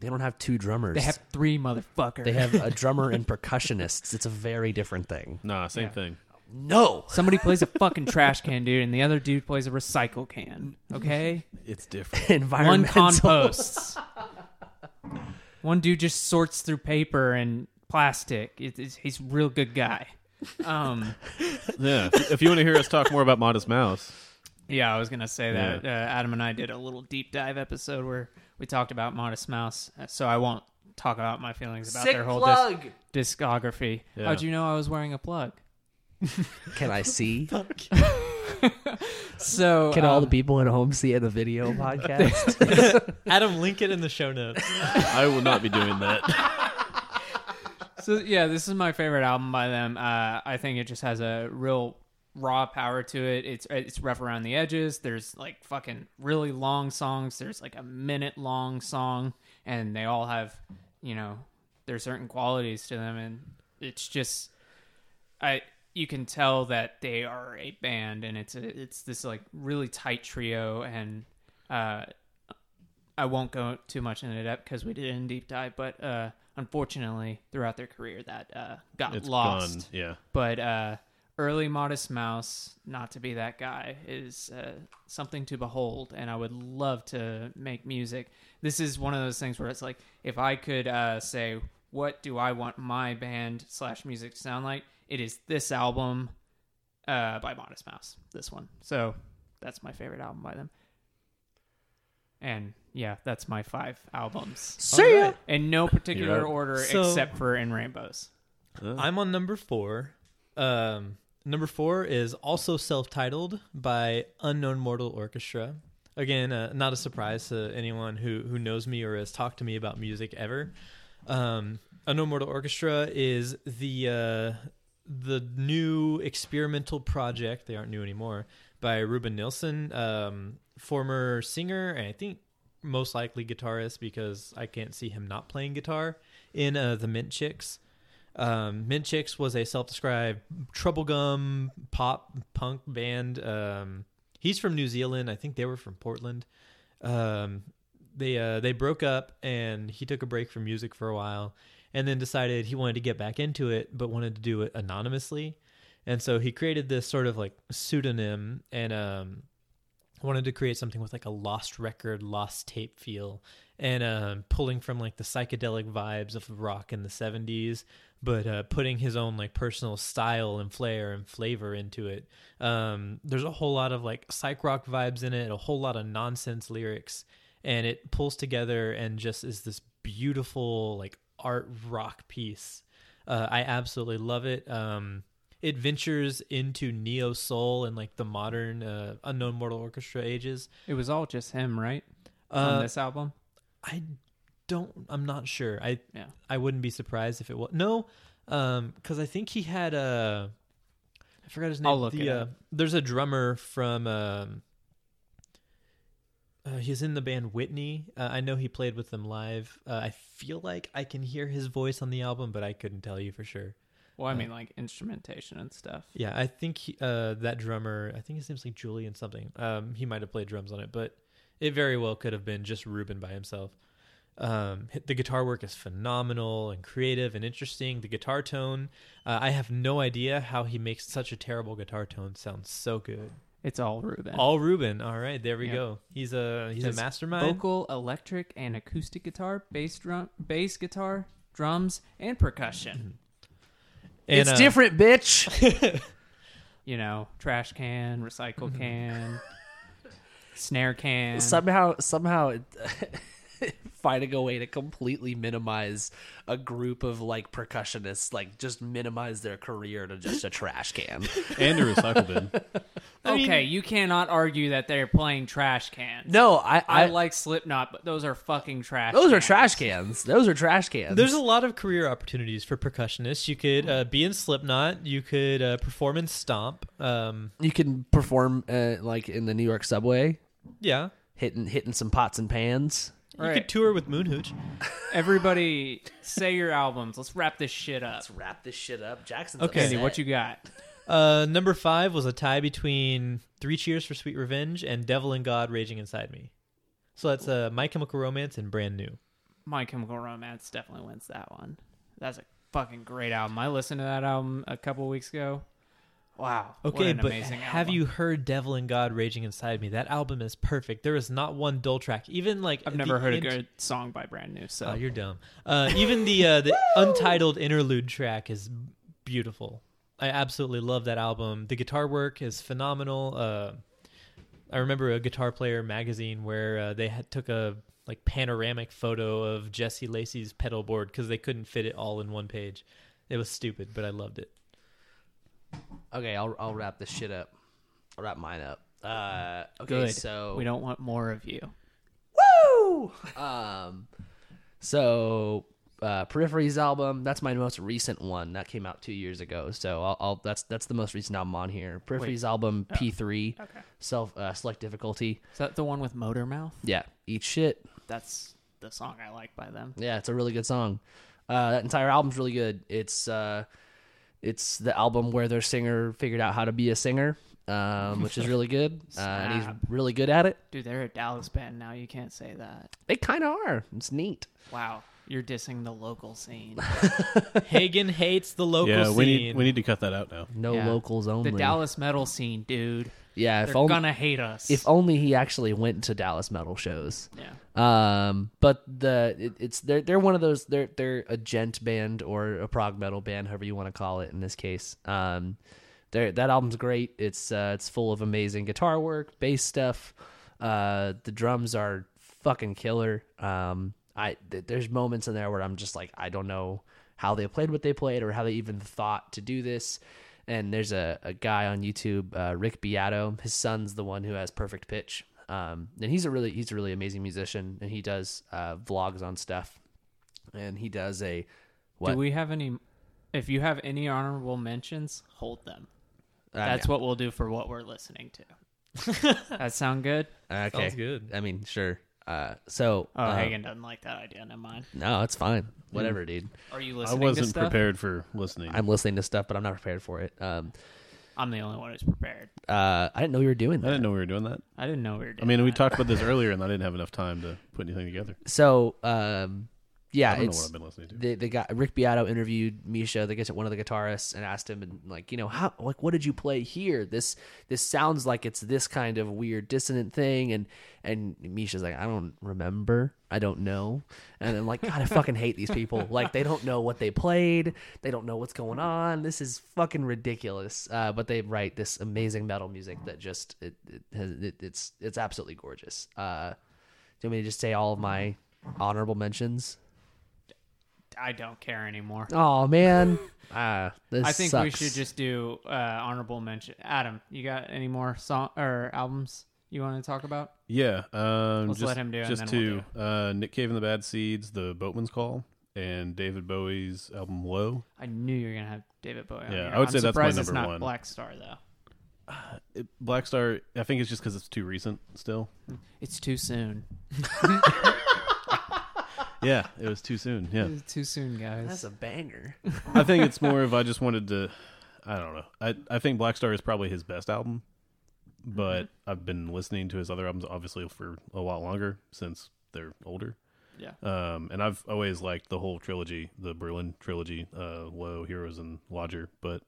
A: They don't have two drummers.
B: They have three motherfuckers.
A: They have a drummer and percussionists. It's a very different thing.
D: Nah, same thing.
A: No.
B: Somebody plays a fucking trash can, dude, and the other dude plays a recycle can. Okay.
D: It's different.
B: one
A: Environmental.
B: composts. one dude just sorts through paper and plastic. It, it's, he's a real good guy. Um,
D: yeah. If, if you want to hear us talk more about Modest Mouse,
B: yeah, I was gonna say that uh, Adam and I did a little deep dive episode where we talked about Modest Mouse. uh, So I won't talk about my feelings about their whole dis- discography.
D: Yeah.
B: How'd you know I was wearing a plug?
A: Can I see?
B: So
A: Can all
B: um,
A: the people at home see the video podcast?
C: Adam, link it in the show notes.
D: I will not be doing that.
B: So yeah, this is my favorite album by them. Uh, I think it just has a real raw power to it. It's it's rough around the edges. There's like fucking really long songs. There's like a minute long song, and they all have you know there's certain qualities to them, and it's just I you can tell that they are a band, and it's a, it's this like really tight trio, and uh, I won't go too much into depth because we did it in deep dive, but uh, unfortunately, throughout their career, that uh, got
D: It's
B: lost.
D: gone. Yeah.
B: But uh, early Modest Mouse, not to be that guy, is uh, something to behold, and I would love to make music. This is one of those things where it's like, if I could uh, say, what do I want my band slash music to sound like? It is this album uh, by Modest Mouse, this one. So that's my favorite album by them. And yeah, that's my five albums.
A: see ya.
C: Alright.
B: In no particular
D: You're up.
B: order
C: So-
B: except for In Rainbows.
C: I'm on number four. Um, number four is also self-titled by Unknown Mortal Orchestra. Again, uh, not a surprise to anyone who who knows me or has talked to me about music ever. Um, Unknown Mortal Orchestra is the uh, the new experimental project. They aren't new anymore. By Ruben Nilsson, um, former singer and I think most likely guitarist because I can't see him not playing guitar in uh, the Mint Chicks. Um, Mint Chicks was a self-described troublegum pop punk band. Um, he's from New Zealand. I think they were from Portland. Um, they uh, they broke up, and he took a break from music for a while, and then decided he wanted to get back into it, but wanted to do it anonymously, and so he created this sort of like pseudonym and um, wanted to create something with like a lost record, lost tape feel, and um, pulling from like the psychedelic vibes of rock in the '70s, but uh, putting his own like personal style and flair and flavor into it. Um, there's a whole lot of like psych rock vibes in it, a whole lot of nonsense lyrics, and it pulls together and just is this beautiful like art rock piece. Uh, I absolutely love it. Um, it ventures into neo soul and like the modern uh, unknown mortal orchestra ages.
B: It was all just him, right?
C: Uh,
B: on this album.
C: I don't. I'm not sure. I
B: Yeah.
C: I wouldn't be surprised if it was no, um, because I think he had a. I forgot his name.
B: I'll look
C: the,
B: it
C: uh, There's a drummer from. Um, uh, he's in the band Whitney. Uh, I know he played with them live. Uh, I feel like I can hear his voice on the album, but I couldn't tell you for sure.
B: Well, I
C: Uh,
B: mean, like instrumentation and stuff.
C: Yeah, I think he, uh, that drummer. I think his name's like Julian something. Um, he might have played drums on it, but it very well could have been just Ruben by himself. Um, h- the guitar work is phenomenal and creative and interesting. The guitar tone, uh, I have no idea how he makes such a terrible guitar tone sound so good.
B: It's all Ruben.
C: All Ruben. All right, there we
B: Yeah.
C: go. He's a he's
B: Says
C: a mastermind.
B: vocal, electric, and acoustic guitar, bass drum, bass guitar, drums, and percussion.
C: And,
A: it's
C: uh,
A: different, bitch.
B: You know, trash can, recycle can, snare can.
A: somehow, somehow, it- finding a way to completely minimize a group of like percussionists, like just minimize their career to just a trash can.
D: and a recycle bin.
B: okay, you cannot argue that they're playing trash cans.
A: No, I, I,
B: I, like Slipknot, but those are fucking trash.
A: those are
B: cans.
A: trash cans. Those are trash cans.
C: There's a lot of career opportunities for percussionists. You could uh, be in Slipknot. You could uh, perform in Stomp. Um,
A: you can perform uh, like in the New York subway,
C: yeah,
A: hitting hitting some pots and pans.
B: All
C: you
B: right,
C: could tour with Moonhooch.
B: everybody, say your albums. Let's wrap this shit up.
A: Let's wrap this shit up, Jackson.
C: Okay.
B: Andy, what you got?
C: Uh, number five was a tie between Three Cheers for Sweet Revenge and Devil and God Raging Inside Me. So that's uh, My Chemical Romance and Brand New.
B: My Chemical Romance definitely wins that one. That's a fucking great album. I listened to that album a couple weeks ago. Wow. what
C: Okay,
B: an
C: but
B: amazing
C: have
B: album.
C: you heard Devil and God Raging Inside Me? That album is perfect. There is not one dull track. Even like
B: I've
C: the
B: never heard
C: int-
B: a good song by Brand New. So
C: Oh, you're dumb. Uh, even the uh, the untitled interlude track is beautiful. I absolutely love that album. The guitar work is phenomenal. Uh, I remember a Guitar Player magazine where uh, they had, took a like panoramic photo of Jesse Lacey's pedal board because they couldn't fit it all in one page. It was stupid, but I loved it.
A: Okay, I'll I'll wrap this shit up. I'll wrap mine up. Uh, okay,
B: good.
A: so
B: we don't want more of you.
A: Woo! Um, so uh, Periphery's album. That's my most recent one. That came out two years ago. So I'll, I'll that's that's the most recent album on here. Periphery's album
B: Oh.
A: P three. Okay. Self uh, select difficulty.
B: Is that the one with Motor Mouth?
A: Yeah. Eat shit.
B: That's the song I like by them.
A: Yeah, it's a really good song. Uh, that entire album's really good. It's uh, it's the album where their singer figured out how to be a singer, um, which is really good, uh, and he's
B: Snap.
A: really good at it.
B: Dude, they're a Dallas band now. You can't say that.
A: They kind of are. It's neat.
B: Wow. You're dissing the local scene.
C: Hagen hates the local
D: yeah,
C: scene.
D: we need we need to cut that out now.
A: No
B: Yeah.
A: locals only.
B: the Dallas metal scene, dude.
A: yeah,
B: They're
A: if only,
B: gonna hate us.
A: if only he actually went to Dallas metal shows.
B: yeah.
A: Um, but the it, it's they're they're one of those they're they're a gent band or a prog metal band, however you want to call it in this case. Um, they're, that album's great. It's uh, it's full of amazing guitar work, bass stuff. Uh, the drums are fucking killer. Um, I th- there's moments in there where I'm just like I don't know how they played what they played or how they even thought to do this. And there's a, a guy on YouTube, uh, Rick Beato. His son's the one who has perfect pitch. Um, and he's a really he's a really amazing musician, and he does uh, vlogs on stuff. And he does a what?
B: Do we have any? If you have any honorable mentions, hold them.
A: Uh,
B: That's what we'll do for what we're listening to. that sound good?
A: okay.
C: Sounds good.
A: I mean, sure. Uh, so
B: Oh,
A: uh,
B: Hagen doesn't like that idea. Never mind.
A: No, it's fine. Whatever, dude.
B: Are you
D: I
B: listening to
D: wasn't
B: stuff?
D: prepared for listening.
A: I'm listening to stuff, but I'm not prepared for it. Um,
B: I'm the only one who's prepared.
A: uh, I didn't know you were doing
D: I
A: that.
D: didn't know we were doing that.
B: I didn't know we were
D: I
B: doing.
D: mean, we
B: that.
D: talked about this earlier, and I didn't have enough time to put anything together.
A: So, um,
B: Uh,
A: yeah,
D: I don't know
A: it's-
D: what I've been listening to.
A: They, they got Rick Beato interviewed Misha, the guitar, one of the guitarists, and asked him, and like, you know, how, like, what did you play here? This, this sounds like it's this kind of weird dissonant thing, and and Misha's like, I don't remember, I don't know, and I'm like, God, I fucking hate these people. Like, they don't know what they played, they don't know what's going on. This is fucking ridiculous. Uh, but they write this amazing metal music that just it, it has it, it's it's absolutely gorgeous. Uh, do you want me to just say all of my honorable mentions?
B: I don't care anymore.
A: Oh man, ah, this
B: I think we
A: sucks.
B: should just do uh, honorable mention. Adam, you got any more song or albums you want to talk about?
D: Yeah, um,
B: Let's
D: just,
B: let him do it, and
D: Just
B: then we'll
D: two: uh, Nick Cave and the Bad Seeds, the Boatman's Call, and David Bowie's album Low.
B: I knew you were gonna have David Bowie. on
D: Yeah,
B: here.
D: I would
B: I'm
D: say that's my
B: surprised it's
D: number
B: not
D: one.
B: Black Star though.
D: It- Black Star, I think it's just because it's too recent still.
B: It's too soon.
D: Yeah, it was too soon. Yeah,
B: It's too soon, guys.
A: That's a banger.
D: I think it's more of I just wanted to. I don't know. I I think Black Star is probably his best album, but I've been listening to his other albums obviously for a while longer since they're older.
B: Yeah.
D: Um, and I've always liked the whole trilogy, the Berlin trilogy, uh, Woe, Heroes, and Lodger. But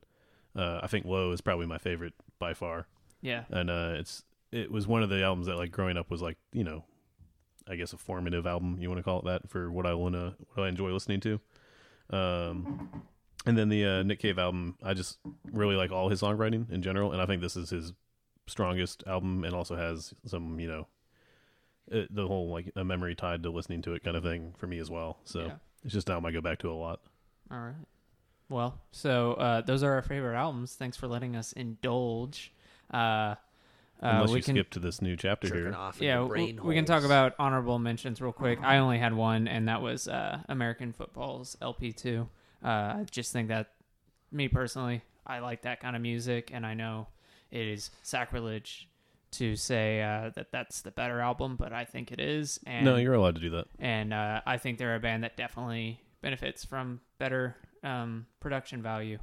D: uh, I think Woe is probably my favorite by far.
B: Yeah.
D: And uh, it's it was one of the albums that like growing up was like you know, I guess a formative album you want to call it that for what I wanna what I enjoy listening to. Um, and then the uh, Nick Cave album, I just really like all his songwriting in general, and I think this is his strongest album, and also has some you know. uh the whole like a memory tied to listening to it kind of thing for me as well. So
B: Yeah.
D: it's just an album I go back to a lot.
B: All right. Well, so uh, those are our favorite albums. Thanks for letting us indulge. Uh, uh,
D: Unless
B: we
D: you
B: can,
D: skip to this new chapter
A: Jerking
D: here.
A: off
B: yeah,
A: into
B: we,
A: brain
B: we can talk
A: holes.
B: about honorable mentions real quick.
D: Uh-huh.
B: I only had one, and that was uh, American football's LP two. Uh, I just think that me personally, I like that kind of music, and I know it is sacrilege to say uh, that that's the better album, but I think it is. And
D: No, you're allowed to do that.
B: and uh, I think they're a band that definitely benefits from better um, production value,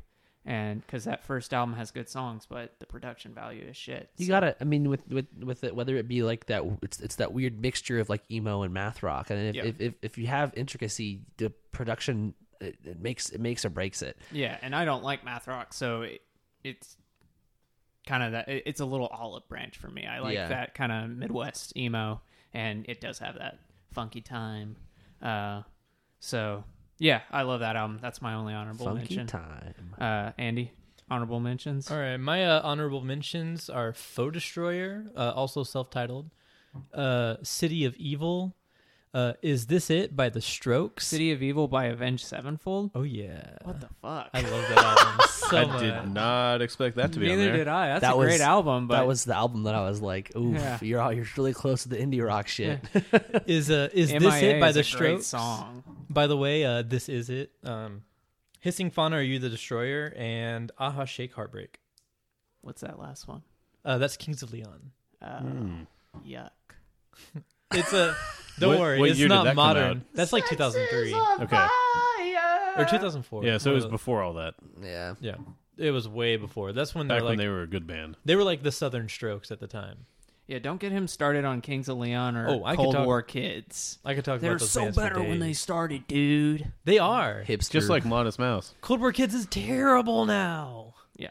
B: and because that first album has good songs, but the production value is shit.
A: You
B: So-
A: gotta. I mean, with with with it, whether it be like that, it's it's that weird mixture of like emo and math rock, and if
B: Yeah.
A: if, if if you have intricacy, the production it, it makes it makes or breaks it.
B: yeah, and I don't like math rock, so it, it's kind of that. It, it's a little olive branch for me. I like
A: Yeah.
B: that kind of Midwest emo, and it does have that funky time. Uh, so yeah, I love that album. That's my only honorable
A: Funky
B: mention.
A: time.
B: Uh, Andy, honorable mentions.
C: All right, my uh, honorable mentions are Foe Destroyer, uh, also self-titled, uh, City of Evil, uh, Is This It by The Strokes.
B: City of Evil by Avenged Sevenfold.
C: Oh yeah,
B: What the fuck?
C: I love that album so
D: I
C: much.
D: did not expect that to be on
B: Neither
D: there.
B: did I. That's
A: That
B: a
A: was-
B: great album, but
A: that was the album that I was like, oof,
B: Yeah.
A: you're all, you're really close to the indie rock shit.
C: Is uh, is
B: MIA
C: this it by
B: is
C: the
B: a great
C: Strokes?
B: song.
C: By the way, uh, this is it. Um, Hissing Fauna, Are You the Destroyer? And Aha Shake Heartbreak.
B: What's that last one?
C: Uh, that's Kings of Leon.
B: Uh, Yuck.
C: It's a. Don't
D: What-
C: worry,
D: what
C: it's
D: year did
C: not
D: that come
C: modern.
D: out?
C: That's like 2003
D: Okay.
C: or 2004.
D: Yeah, so it
C: one
D: was
C: of those.
D: before all that.
A: yeah.
C: Yeah, it was way before. That's when
D: Back
C: they're
D: when
C: like
D: they were a good band.
C: they were like the Southern Strokes at the time.
B: Yeah, don't get him started on Kings of Leon or
C: Oh, I could
B: Cold
C: talk-
B: War Kids.
C: I could talk
B: They're
C: about those
B: so
C: bands for
B: better when they
C: days.
B: started, dude.
C: They are.
A: Hipster.
D: Just like Modest Mouse.
C: Cold War Kids is terrible now.
B: Yeah.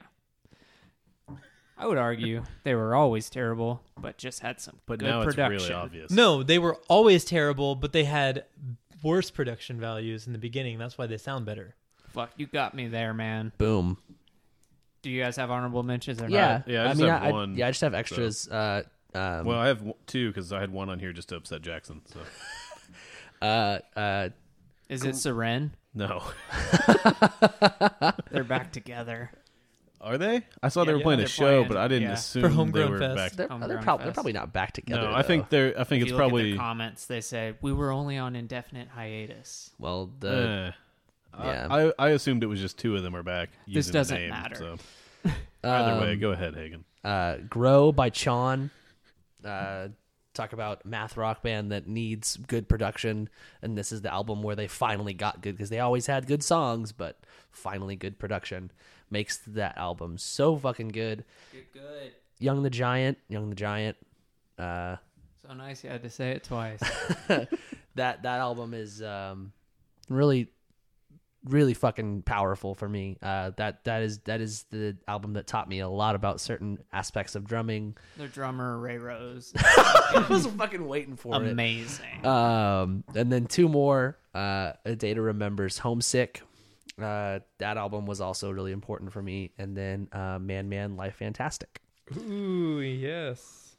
B: I would argue they were always terrible, but just had some
D: But
B: good
D: now
B: production.
D: it's really obvious.
C: No, they were always terrible, but they had worse production values in the beginning. That's why they sound better.
B: Fuck, you got me there, man.
A: boom.
B: Do you guys have honorable mentions? Or
A: Yeah.
B: Not?
D: yeah, I just
A: mean,
D: have
A: I,
D: one,
A: yeah, I just have extras. Uh, um,
D: Well, I have w- two because I had one on here just to upset Jackson. So
A: uh, uh,
B: Is it Seren?
D: no,
B: They're back together.
D: are they? I saw they were
C: yeah,
D: playing a
B: they're
D: show,
B: playing,
D: but I didn't
B: yeah.
D: assume
C: For
D: they
C: Homegrown
D: were
C: Fest.
D: back.
A: they're,
B: Homegrown
A: they're, prob- they're
B: Fest.
A: probably not back together.
D: No, I think
A: though.
D: they're. I think
B: If
D: it's
B: you look at their
D: probably.
B: comments. They say we were only on indefinite hiatus.
A: well, the
D: eh. I-
A: Yeah.
D: I, I assumed it was just two of them are back. using the
B: doesn't
D: name,
B: matter. Um,
D: So. Either way, go ahead, Hagen.
A: uh, Grow by Chon. Uh, talk about math rock band that needs good production, and this is the album where they finally got good because they always had good songs, but finally good production makes that album so fucking good.
B: You're good.
A: Young the Giant, Young the Giant. Uh,
B: So nice you had to say it twice.
A: that that album is um, really really fucking powerful for me uh that that is that is the album that taught me a lot about certain aspects of drumming
B: Their drummer Ray Rose,
A: i was fucking waiting for it
B: amazing.
A: Um, and then two more. Uh, A Day to Remember's Homesick. Uh, that album was also really important for me. And then uh, Man Man Life Fantastic.
C: Ooh, yes.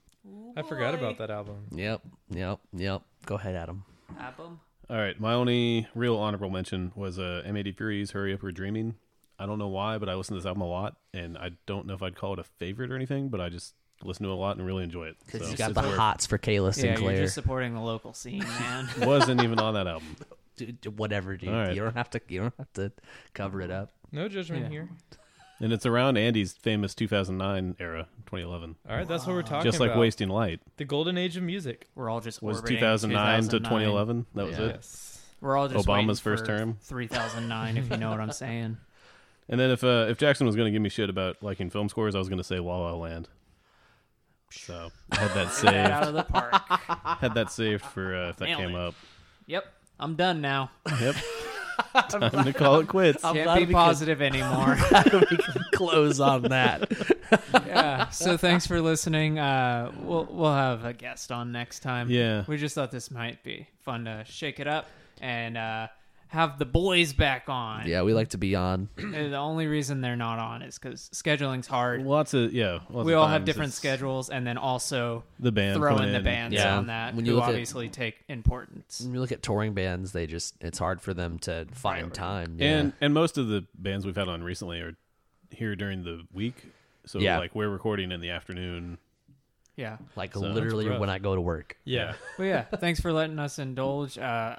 C: I forgot about that album.
A: Yep, yep, yep. Go ahead, Adam.
B: Album.
D: All right, my only real honorable mention was uh, M80 Fury's "Hurry Up, We're Dreaming." I don't know why, but I listen to this album a lot, and I don't know if I'd call it a favorite or anything, but I just listen to it a lot and really enjoy it.
A: Because
D: So
A: you got
D: it's
A: the
D: worth-
A: hots for Kayla
B: Yeah,
A: Sinclair.
B: you're just supporting the local scene, man.
D: wasn't even on that album.
A: Dude, d- whatever, dude.
D: All right.
A: You don't have to. You don't have to cover it up.
C: No judgment
B: Yeah.
C: here.
D: And it's around Andy's famous 2009 era, 2011.
C: All right, that's what we're talking
D: Just like
C: about.
D: Wasting Light
C: The golden age of music.
B: We're all just
D: was
B: orbiting
D: 2009, to 2011. That was
A: Yeah.
D: it.
C: Yes.
B: We're all just
D: Obama's
B: waiting
D: first
B: for
D: term.
B: 3009, if you know what I'm saying.
D: And then if uh, if Jackson was going to give me shit about liking film scores, I was going to say La La Land. So I had that
B: Get
D: saved.
B: out of the park.
D: had that saved for uh, if that
B: Nailed
D: came
B: it.
D: up.
B: Yep, I'm done now.
D: Yep. Time to call it quits.
A: I'm glad
B: Can't
A: we
B: be
A: could-
B: positive anymore.
A: we can close on that.
B: yeah. So thanks for listening. Uh, we'll we'll have a guest on next time.
D: Yeah.
B: We just thought this might be fun to shake it up and uh, have the boys back on.
A: Yeah, we like to be on.
B: And the only reason they're not on is because scheduling's hard.
D: Lots of yeah. lots
B: we
D: of
B: all have
D: times
B: different
D: it's
B: schedules, and then also
D: The band
B: throw
D: coming
B: in the
D: in.
B: bands
A: Yeah.
B: on that,
A: When you
B: who
A: look at-
B: obviously take importance.
A: When you look at touring bands, they just it's hard for them to find time. Yeah.
D: And and most of the bands we've had on recently are here during the week. So
A: Yeah.
D: like we're recording in the afternoon.
B: Yeah.
A: like
D: that's
A: literally
D: rough.
A: when I go to work.
C: Yeah.
B: Well, yeah. thanks for letting us indulge. Uh,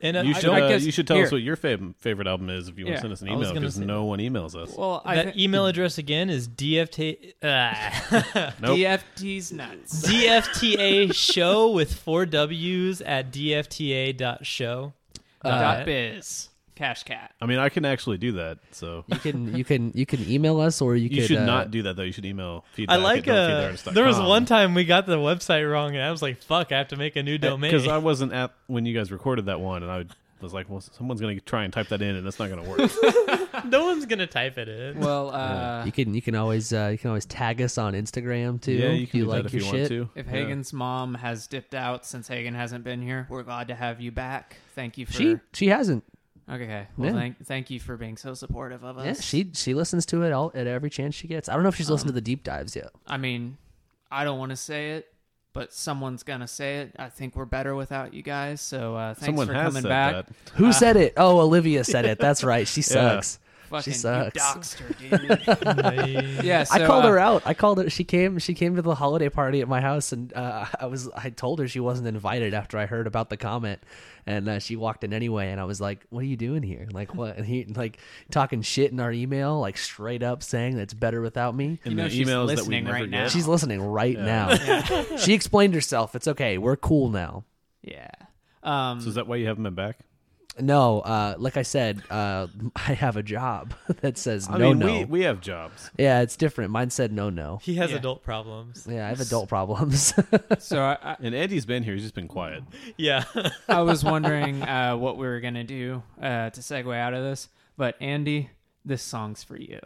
C: And uh,
D: You
C: I-
D: should
C: I
D: uh,
C: guess-
D: you should tell
B: here.
D: us what your fav- favorite album is if you want
B: Yeah,
D: to send us an
C: I was
D: email
C: gonna
D: because
C: say-
D: no one emails us.
B: well, I
C: that
B: think
C: email address again is dft uh,
D: Nope.
B: DFT's nuts.
C: dfta show with four w's at dfta.show.
A: Uh,
C: Uh,
B: dot biz. Cash cat.
D: I mean, I can actually do that. So
A: You can you can you can email us or you,
D: you
A: could,
D: should
A: uh,
D: not do that though. You should email feedback.
C: I like uh, there was one time we got the website wrong and I was like, "Fuck, I have to make a new domain."
D: because I wasn't at when you guys recorded that one, and I was like, well, someone's gonna try and type that in, and that's not gonna work.
C: no one's gonna type it in.
B: Well, uh,
A: you can you can always uh, you can always tag us on Instagram too.
D: yeah, you
A: if
D: can do
A: like
D: that if
A: your
D: you
A: shit.
D: want to.
B: if
D: Yeah.
B: Hagen's mom has dipped out since Hagen hasn't been here, we're glad to have you back. Thank you for
A: She she hasn't.
B: okay. Well,
A: Yeah.
B: thank thank you for being so supportive of us.
A: Yeah, she she listens to it all at every chance she gets. I don't know if she's listened to the deep dives yet.
B: I mean, I don't want to say it, but someone's gonna say it. I think we're better without you guys. So uh, thanks
D: someone
B: for
D: has
B: coming
D: said
B: back.
D: that.
A: Who said it? Oh, Olivia said it. That's right. She sucks.
B: Fucking you
A: sucks.
B: doxed her, dude. yeah, so,
A: I called
B: uh,
A: her out. I called her. She came. She came to the holiday party at my house, and uh, I was. I told her she wasn't invited after I heard about the comment, and uh, she walked in anyway. And I was like, "What are you doing here? Like what?" And he like talking shit in our email, like straight up saying that's better without me.
D: In
B: You know
D: the
B: she's
D: emails that we
B: listening
D: never
B: right now.
D: get.
A: She's listening right now. she explained herself. It's okay. We're cool now.
B: Yeah. Um,
D: So is that why you haven't been back?
A: No, uh, like I said, uh, I have a job that says
D: I
A: no,
D: mean,
A: no.
D: we we have jobs.
A: Yeah, it's different. Mine said no, no.
C: He has
B: Yeah.
C: adult problems.
A: Yeah, I have adult problems.
B: so I, I,
D: And Andy's been here. He's just been quiet.
C: Yeah.
B: I was wondering uh, what we were gonna do uh, to segue out of this, but Andy, this song's for you.